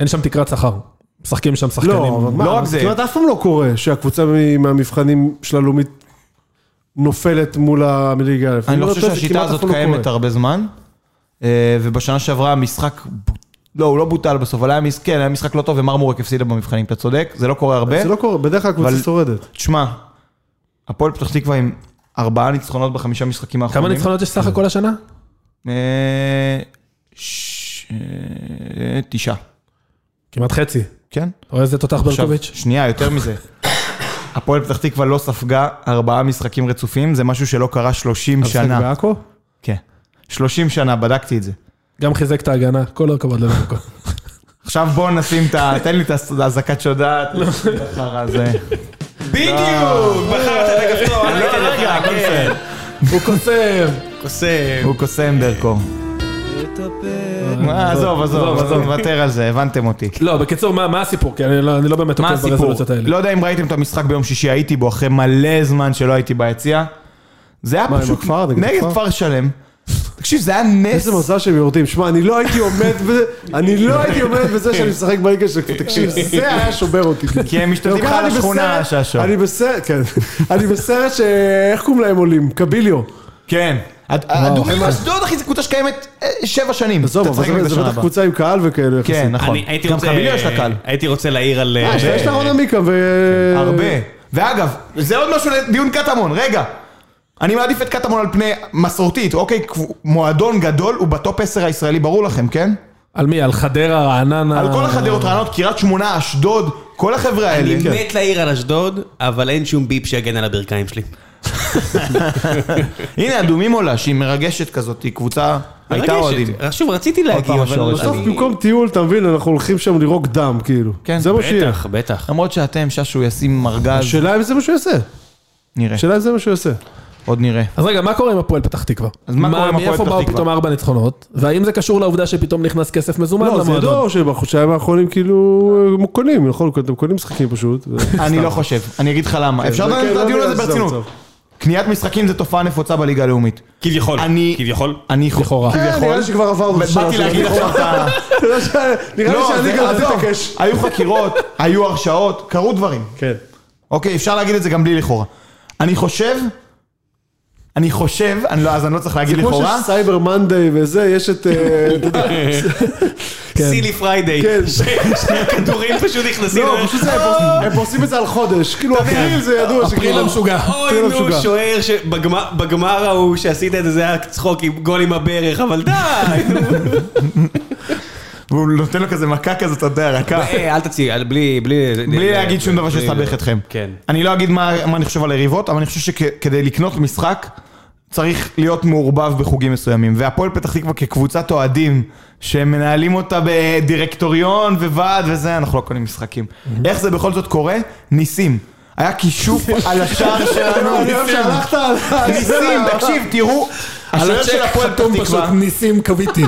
אין שם תקרת שכר. משחקים שם שחקנים.
לא, אבל מה,
לא רק
אבל
זה.
כמעט אף פעם לא קורה שהקבוצה מ- מהמבחנים של הלאומית נופלת מול הליגה א'.
אני לא
אומר,
חושב
טוב, זה
שהשיטה
כמעט אף
הזאת
פעם לא
קיימת
קורה.
הרבה זמן, אה, ובשנה שעברה המשחק, ב- לא, הוא לא בוטל בסוף, אבל היה מש- כן, היה משחק לא טוב ומרמורק הפסידה במבחנים, אתה צודק, זה לא קורה הרבה.
זה לא קורה, בדרך כלל הקבוצה
אבל-
שורדת.
תשמע, הפועל פתח תקווה עם ארבעה ניצחונות בחמישה משחקים האחרונים.
כמה ניצחונות יש סך
כן.
הכל השנה?
אה, ש- אה, תשעה.
כמעט חצי.
כן?
אתה רואה איזה תותח
עכשיו,
ברקוביץ'?
שנייה, יותר מזה. הפועל פתח תקווה לא ספגה ארבעה משחקים רצופים, זה משהו שלא קרה 30
המשחק
שנה.
בעכו?
כן. 30 שנה, בדקתי את זה.
גם חיזק את ההגנה, כל הכבוד לברקו.
עכשיו בואו נשים את ה... תן לי את האזעקת שודעת. בחר הזה. לא.
בדיוק! בחרת את הכפתור, אני אתן לך,
רגע, לא, הכל
כן.
בסדר.
הוא קוסם!
קוסם.
הוא קוסם דרכו. מה, עזוב, עזוב,
עזוב.
עזוב, נוותר על זה, הבנתם אותי.
לא, בקיצור, מה מה הסיפור? כי אני לא אני לא באמת
מה
עוקב
הסיפור?
ברזולוציות האלה.
לא יודע אם ראיתם את המשחק ביום שישי, הייתי בו אחרי מלא זמן שלא הייתי ביציע. זה היה
מה, עם
פשוט...
הכפר? נגד
נגד
הכפר?
כפר שלם. תקשיב, זה היה נס.
איזה מזל שהם יורדים. שמע, אני לא הייתי עומד בזה, אני לא הייתי עומד בזה שאני משחק בליגה שלך. תקשיב, זה היה שובר אותי.
כן. כי הם משתלטים לך
גם
על
אני
השכונה,
בסרט-
ששו.
אני בסרט, כן. אני בסרט ש... איך קוראים להם עולים? קביליו.
כן.
אה,
הדומים אשדוד, אחי, זו קבוצה שקיימת אה, שבע שנים.
עזוב,
אתה
אבל
תשחק
זה-
בשנה
זה בטח
הבאה.
קבוצה עם קהל וכאלה. יחסית.
כן, נכון.
אני הייתי
גם
רוצה...
קבילה יש לה קל.
הייתי רוצה להעיר על...
אה, יש לה- יש
כן.
לה רון עמיקה ו...
הרבה. ואגב, זה עוד משהו לדיון קטמון, רגע. אני מעדיף את קטמון על פני מסורתית, אוקיי? קב- מועדון גדול, הוא בטופ 10 הישראלי, ברור לכם, כן?
על מי? על חדרה, רעננה?
אה.
על כל החדרות רענות, קריית שמונה, אשדוד, כל החבר'ה האלה.
אני
כן.
מת להעיר על אשדוד, אבל אין שום ביפ שיגן על הברכיים שלי.
הנה, אדומים עולה, שהיא מרגשת כזאת, היא קבוצה, הייתה
מרגשת.
אוהדים.
שוב, רציתי להגיד,
פעם
אבל...
השורש.
אני-
בסוף במקום טיול, אתה מבין, אנחנו הולכים שם לירוק דם, כאילו.
כן,
זה מה שיהיה.
בטח, בטח.
למרות שאתם, ששו ישים ארגז,
השאלה אם זה מה שהוא יעשה.
נראה,
השאלה אם זה מה שהוא יעשה.
עוד נראה.
אז רגע, מה קורה עם הפועל פתח תקווה?
אז מה קורה עם הפועל פתח
מאיפה באו
תקווה?
פתאום ארבע ניצחונות? והאם זה קשור לעובדה שפתאום נכנס כסף מזומן
לא, זה
למועדון?
ידוע שבחודשיים האחרונים כאילו הם קונים, נכון? אתם קונים משחקים פשוט. ו-
אני לא חושב, אני אגיד לך למה. אפשר
זה
לנהל
כן,
את
לא
הדיון
נראה
הזה
שזה
ברצינות.
המצב.
קניית משחקים זה תופעה נפוצה בליגה הלאומית.
כביכול.
אני-
כביכול.
אני חו-
לכאורה.
אה, נראה לי שכבר עברנו את השלב
באתי
של
להגיד עכשיו את ה...
נראה לי
לא,
שאני
זה-
גם
עזוב.
תתעקש.
היו חקירות, היו הרשעות, קרו דברים.
כן.
אוקיי, אפשר להגיד את זה גם בלי לכאורה. אני חושב, אני חושב, אני לא- אז אני לא צריך להגיד
כמו
לכאורה.
שיש סייבר מנדיי וזה, יש את... אה, אתה יודע,
סילי פריידיי.
כן.
שני הכדורים פשוט נכנסים.
לא, פשוט זה, הם פורסים- הם פורסים את זה על חודש. כאילו, אפריל זה ידוע
אפריל
שכאילו...
המשוגע.
אוי
תן לו
נו,
משוגע.
שוער שבגמר ההוא שעשית את זה, זה היה צחוק עם גול עם הברך, אבל די. נו.
והוא נותן לו כזה מכה כזה, אתה יודע, רכה.
אה, אל תציג, אל- בלי...
בלי להגיד שום דבר שיסתבך אתכם.
כן.
אני לא אגיד מה מה אני חושב על היריבות, אבל אני חושב שכדי לקנות משחק, צריך להיות מעורבב בחוגים מסוימים. והפועל פתח תקווה כקבוצת אוהדים, שמנהלים אותה בדירקטוריון וועד וזה, אנחנו לא קונים משחקים. איך זה בכל זאת קורה? ניסים. היה כישוף על השער שלנו. לא
אני אוהב שהלכת על...
ניסים, תקשיב, תראו, השוער של הפועל פתח תקווה,
ניסים קוויתי.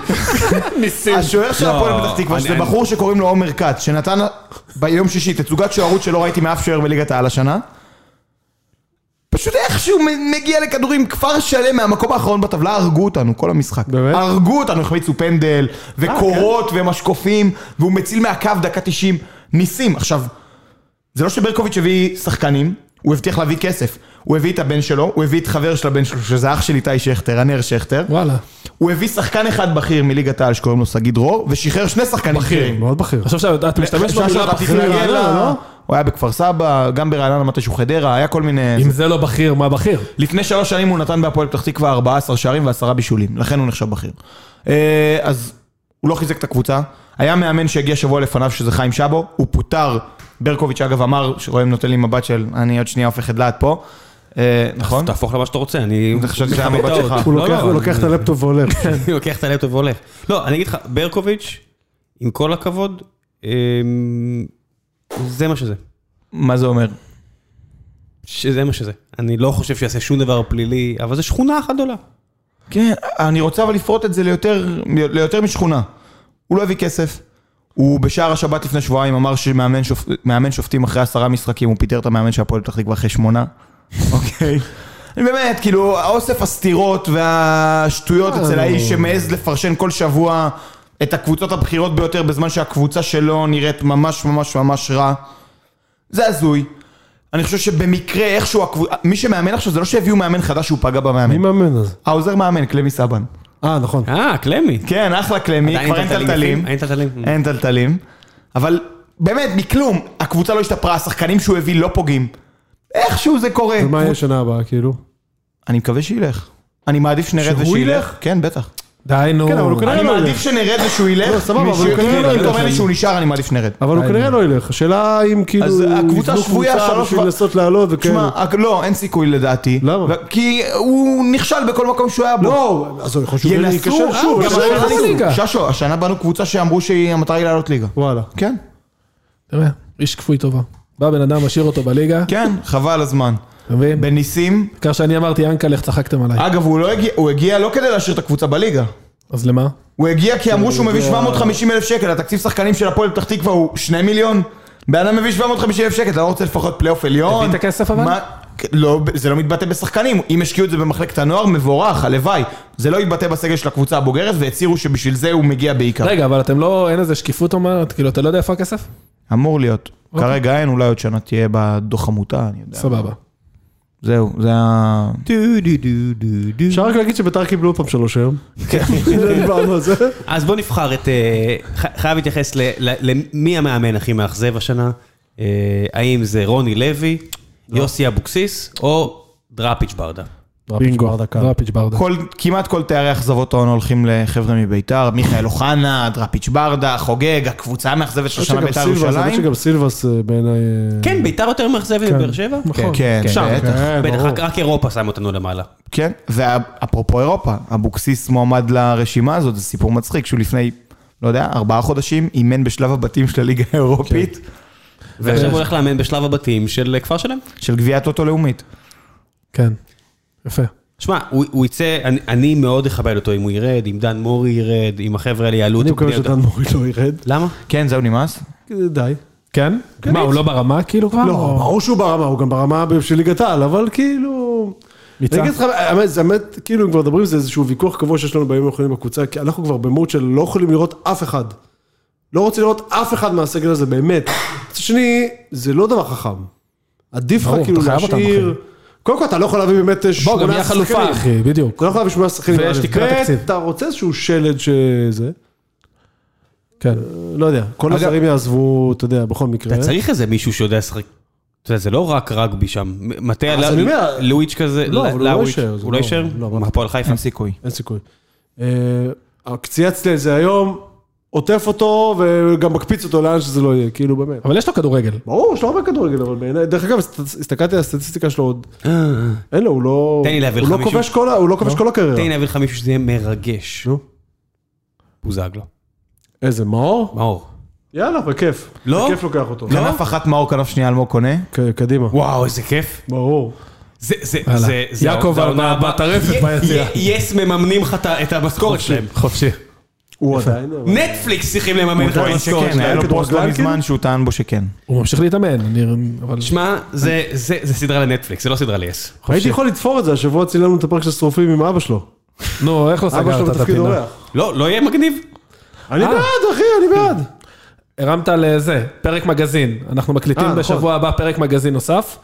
ניסים.
השוער של הפועל פתח תקווה,
לא. אני-
שזה
אני-
בחור שקוראים לו עומר כץ, שנתן ביום שישי תצוגת שוערות שלא ראיתי מאף שוער בליגת העל השנה, פשוט איכשהו מ- מגיע לכדורים, כפר שלם מהמקום האחרון בטבלה, הרגו אותנו כל המשחק.
באמת?
הרגו אותנו, החמיצו פנדל,
אה,
וקורות,
כן.
ומשקופים, והוא מציל מהקו דקה 90, ניסים. עכשיו, זה לא שברקוביץ' הביא שחקנים, הוא הבטיח להביא כסף. הוא הביא את הבן שלו, הוא הביא את חבר של הבן שלו, שזה אח של איתי שכטר, הנר שכטר.
וואלה.
הוא הביא שחקן אחד בכיר מליגת העל שקוראים לו שגיא דרור, ושחרר שני שחקנים
כן,
בכירים.
מאוד בכיר.
עכשיו שאת משתמש
שעה
במילה
שאתה
בכיר.
תתנגד
רעננה,
לה,
לא?
הוא היה בכפר סבא, גם ברעננה מתישהו חדרה, היה כל מיני...
אם זה לא בכיר, מה בכיר?
לפני שלוש שנים הוא נתן בהפועל פתח תקווה 14 שערים ועשרה בישולים, לכן הוא נחשב בכיר. אה, אז הוא לא חיזק את הקבוצה, היה מאמן שהגיע שבוע לפניו שזה חיים שבו, הוא פוטר, ברקוביץ' אגב אמר, שרואים נותן לי מבט של אני עוד שנייה הופך את להט פה, אה, נכון?
תהפוך למה שאתה רוצה, אני...
אני חשבתי שזה היה
מכבד
המבט
את
שלך.
האות.
הוא
לא, כן.
לוקח-
לא,
הוא לוקח את הלפטופ והולך.
אני לוקח את הלפטופ והולך. לא, אני אגיד לך, ברקוביץ', עם כל הכבוד, אמ, זה מה שזה.
מה זה אומר?
שזה מה שזה. אני לא חושב שיעשה שום דבר פלילי, אבל זו שכונה אחת גדולה.
כן, אני רוצה אבל לפרוט את זה ליותר, ליותר משכונה. הוא לא הביא כסף. הוא בשער השבת לפני שבועיים אמר שמאמן שופ... מאמן שופטים אחרי עשרה משחקים, הוא פיטר את המאמן של הפועל פתח תקווה אחרי שמונה. אוקיי. אני באמת, כאילו, האוסף הסתירות והשטויות אצל האיש שמעז לפרשן כל שבוע את הקבוצות הבכירות ביותר בזמן שהקבוצה שלו נראית ממש ממש ממש רע. זה הזוי. אני חושב שבמקרה איכשהו, הקבוצ- מי שמאמן עכשיו זה לא שהביאו מאמן חדש שהוא פגע במאמן.
מי מאמן אז?
העוזר מאמן, קלמי סבן.
אה, נכון.
אה, קלמי.
כן, אחלה קלמי,
עדיין
כבר אין
יפים?
טלטלים.
אין טלטלים.
אין טלטלים. אבל באמת, מכלום, הקבוצה לא השתפרה, השחקנים שהוא הביא לא פוגעים. איכשהו זה קורה.
ומה יהיה שנה הבאה, כאילו?
אני מקווה שילך. אני מעדיף שנרד
שהוא
ושילך.
ילך?
כן, בטח.
די נו.
כן, אבל הוא כנראה-
אני
לא
מעדיף
ילך.
שנרד ושהוא ילך.
לא, סבבה, אבל
משהו-
הוא כנראה
כן,
לא
אם
ילך.
אתה אומר לי שהוא נשאר, אני מעדיף שנרד.
אבל הוא כנראה לא ילך. השאלה אם כאילו...
אז הקבוצה
יבנו
שבויה,
קבוצה
שלוש
בשביל
ו-
לנסות לעלות וכאלה.
תשמע, הק- לא, אין סיכוי לדעתי.
למה?
ו- כי הוא נכשל בכל מקום שהוא היה בו.
לא, אז הוא יכול שהוא
ינסו,
ייכשל שוב.
גם
השאלה אם
השנה
ינסו.
ליגה.
ששו, השנה באנו קבוצה שאמרו שהמטרה היא לעלות ליגה.
וואלה.
כן.
תראה, איש כפוי טובה. בא בן אדם, משאיר אותו בליגה,
כן, חבל הזמן.
אתה מבין?
בניסים,
בעיקר שאני אמרתי, ינקל, איך צחקתם עליי.
אגב, הוא לא הגיע, הוא הגיע לא כדי להשאיר את הקבוצה בליגה.
אז למה?
הוא הגיע כי אמרו שהוא מביא 750 אלף שקל, התקציב שחקנים של הפועל פתח תקווה הוא 2 מיליון. בן אדם מביא 750 אלף שקל, אתה לא רוצה לפחות פלייאוף עליון?
תביא את הכסף אבל?
מה- לא, זה לא מתבטא בשחקנים. אם השקיעו את זה במחלקת הנוער, מבורך, הלוואי. זה לא יתבטא בסגל של הקבוצה הבוגרת, והצהירו שבשביל זה הוא מגיע בעיקר.
רגע, אבל אתם לא, אין איזה שקיפות אומרת? כאילו, אתה לא יודע איפה הכסף?
אמור להיות.
אוקיי.
כרגע אין, אולי עוד שנה תהיה בדוח עמותה, אני יודע.
סבבה.
זהו, זה ה...
דו דו דו דו דו.
אפשר רק להגיד שביתר קיבלו עוד פעם שלוש היום. לא דיברנו על זה.
אז בוא נבחר את... אה, ח- חייב להתייחס ל- ל- למי המאמן הכי מאכזב השנה.
לא.
אה, האם זה רוני לוי, יוסי אבוקסיס או דראפיץ' ברדה.
בינגו.
דראפיץ' ברדה.
כל, כמעט כל תארי אכזבות העונה הולכים לחבר'ה מביתר, מיכאל אוחנה, דראפיץ' ברדה, חוגג, הקבוצה המאכזבת של שנה
למרות
ביתר
לא שגם סילבס, למרות
ירושלים.
שגם סילבס אה, בעיניי... אה, נכון.
כן, ביתר יותר מאכזבת מבאר שבע?
כן, כן,
שם,
בטח.
בטח, רק- רק אירופה שם אותנו למעלה.
כן, ואפרופו אירופה, אבוקסיס מועמד לרשימה הזאת, זה סיפור מצחיק, שהוא לפני, לא יודע, ארבעה חודשים, אימן בשלב הבתים של הליגה האירופית,
ועכשיו הוא הולך לאמן בשלב הבתים של כפר שלם.
של גביעת אוטו לאומית.
כן. יפה.
שמע, הוא הוא יצא, אני- אני מאוד אכבד אותו אם הוא ירד, אם דן מורי ירד, אם החבר'ה האלה יעלו
אני
אותו.
מקווה
בלי
שדן
אותו.
מורי לא ירד.
למה?
כן, זהו, נמאס?
די.
כן? מה, הוא לא ברמה כאילו כבר?
לא,
או-
ברור שהוא ברמה, הוא גם ברמה של ליגת העל, אבל כאילו...
מיצה.
אני אגיד לך, האמת, זה האמת, כאילו, אם כבר מדברים, זה איזשהו ויכוח קבוע שיש לנו בימים האחרונים בקבוצה, כי אנחנו כבר במוד של לא יכולים לראות אף אחד. לא רוצים לראות אף אחד מהסגל הזה, באמת. מצד שני, זה לא דבר חכם. עדיף לך
ברור,
כאילו
אתה חייב אותם,
להשאיר... קודם כל, אתה לא יכול להביא באמת
בוא, גם
שמונה
יהיה חלופה,
שחקנים.
אחי, בדיוק.
אתה לא יכול להביא שמונה שחקנים.
ויש
א',
תקרת
ב',
תקציב.
אתה רוצה איזשהו שלד שזה,
כן.
לא יודע, כל
אגב-
הזרים יעזבו, אתה יודע, בכל מקרה.
אתה צריך איזה מישהו שיודע לשחק. אתה יודע, זה לא רק רגבי שם. מטה
אה, אז אני אומר-
לואיץ' כזה,
לא, אבל הוא לא
לאויץ'.
יישאר, זה
הוא לא
לא-
יישאר?
לא,
מה, הפועל חיפה?
אין סיכוי.
אין סיכוי. אה, צייצתי את זה היום, עוטף אותו וגם מקפיץ אותו לאן שזה לא יהיה, כאילו באמת.
אבל יש לו כדורגל.
ברור, יש לו הרבה כדורגל, אבל בעיניי, דרך אגב, הסט- הסתכלתי על הסטטיסטיקה שלו עוד, אין לו, הוא לא...
תן לי להביא לך
הוא לא
מישהו.
כובש כל ה- הוא לא כובש כל
תן לי
הקריירה.
להביא לך מישהו שזה יהיה מרגש.
נו.
בוזגלו.
איזה, מאור?
מאור.
יאללה, בכיף.
לא?
בכיף לוקח אותו.
כנף אחת מאור, כנף שנייה אלמוג קונה.
ק- קדימה.
וואו, איזה כיף.
ברור.
זה, זה,
הלאה.
זה, זה,
יעקב
זה העונה
על
הבאה.
בטרפת
י-
ביציע.
י- יס מממנים לך את ה- את המשכורת שלהם.
כן, חופשי.
הוא עדיין... אבל-
נטפליקס צריכים לממן לך את
טוען
המשכורת
כן,
שכן, היה
שלהם.
לו פוסט לא
כדורגלן,
מזמן שהוא טען בו שכן.
הוא ממשיך להתאמן, אני... אבל...
שמע, זה, זה, זה סדרה לנטפליקס, זה לא סדרה ליס.
הייתי יכול לתפור את זה, השבוע צילמנו את הפרק של שרופים עם אבא שלו.
נו, איך לא
אבא שלו
סגרת את
בתפקיד
הפינה?
אורח.
לא, לא יהיה מגניב.
כן. אני
אה.
בעד, אחי, אני בעד.
הרמת לזה, פרק מגזין. אנחנו
אה,
מקליטים
נכון.
בשבוע הבא פרק מגזין נוסף.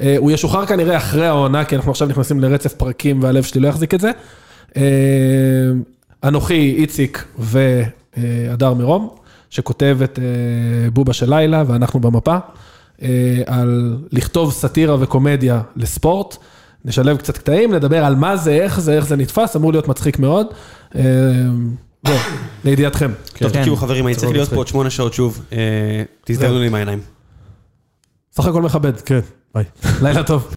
אה, הוא ישוחרר כנראה אחרי העונה, כי אנחנו עכשיו נכנסים לרצף פרקים והלב שלי לא יחזיק את זה. אה, אנוכי, איציק והדר מירום, שכותב את אה, בובה של לילה, ואנחנו במפה, אה, על לכתוב סאטירה וקומדיה לספורט. נשלב קצת קטעים, נדבר על מה זה, איך זה, איך זה נתפס, אמור להיות מצחיק מאוד. אה, זהו, לידיעתכם.
כן.
טוב, תקשיבו חברים, אני צריך
לא
להיות פה עוד שמונה שעות שוב. אה, תזדמנו לי עם העיניים.
סך הכל מכבד.
כן, ביי.
לילה טוב.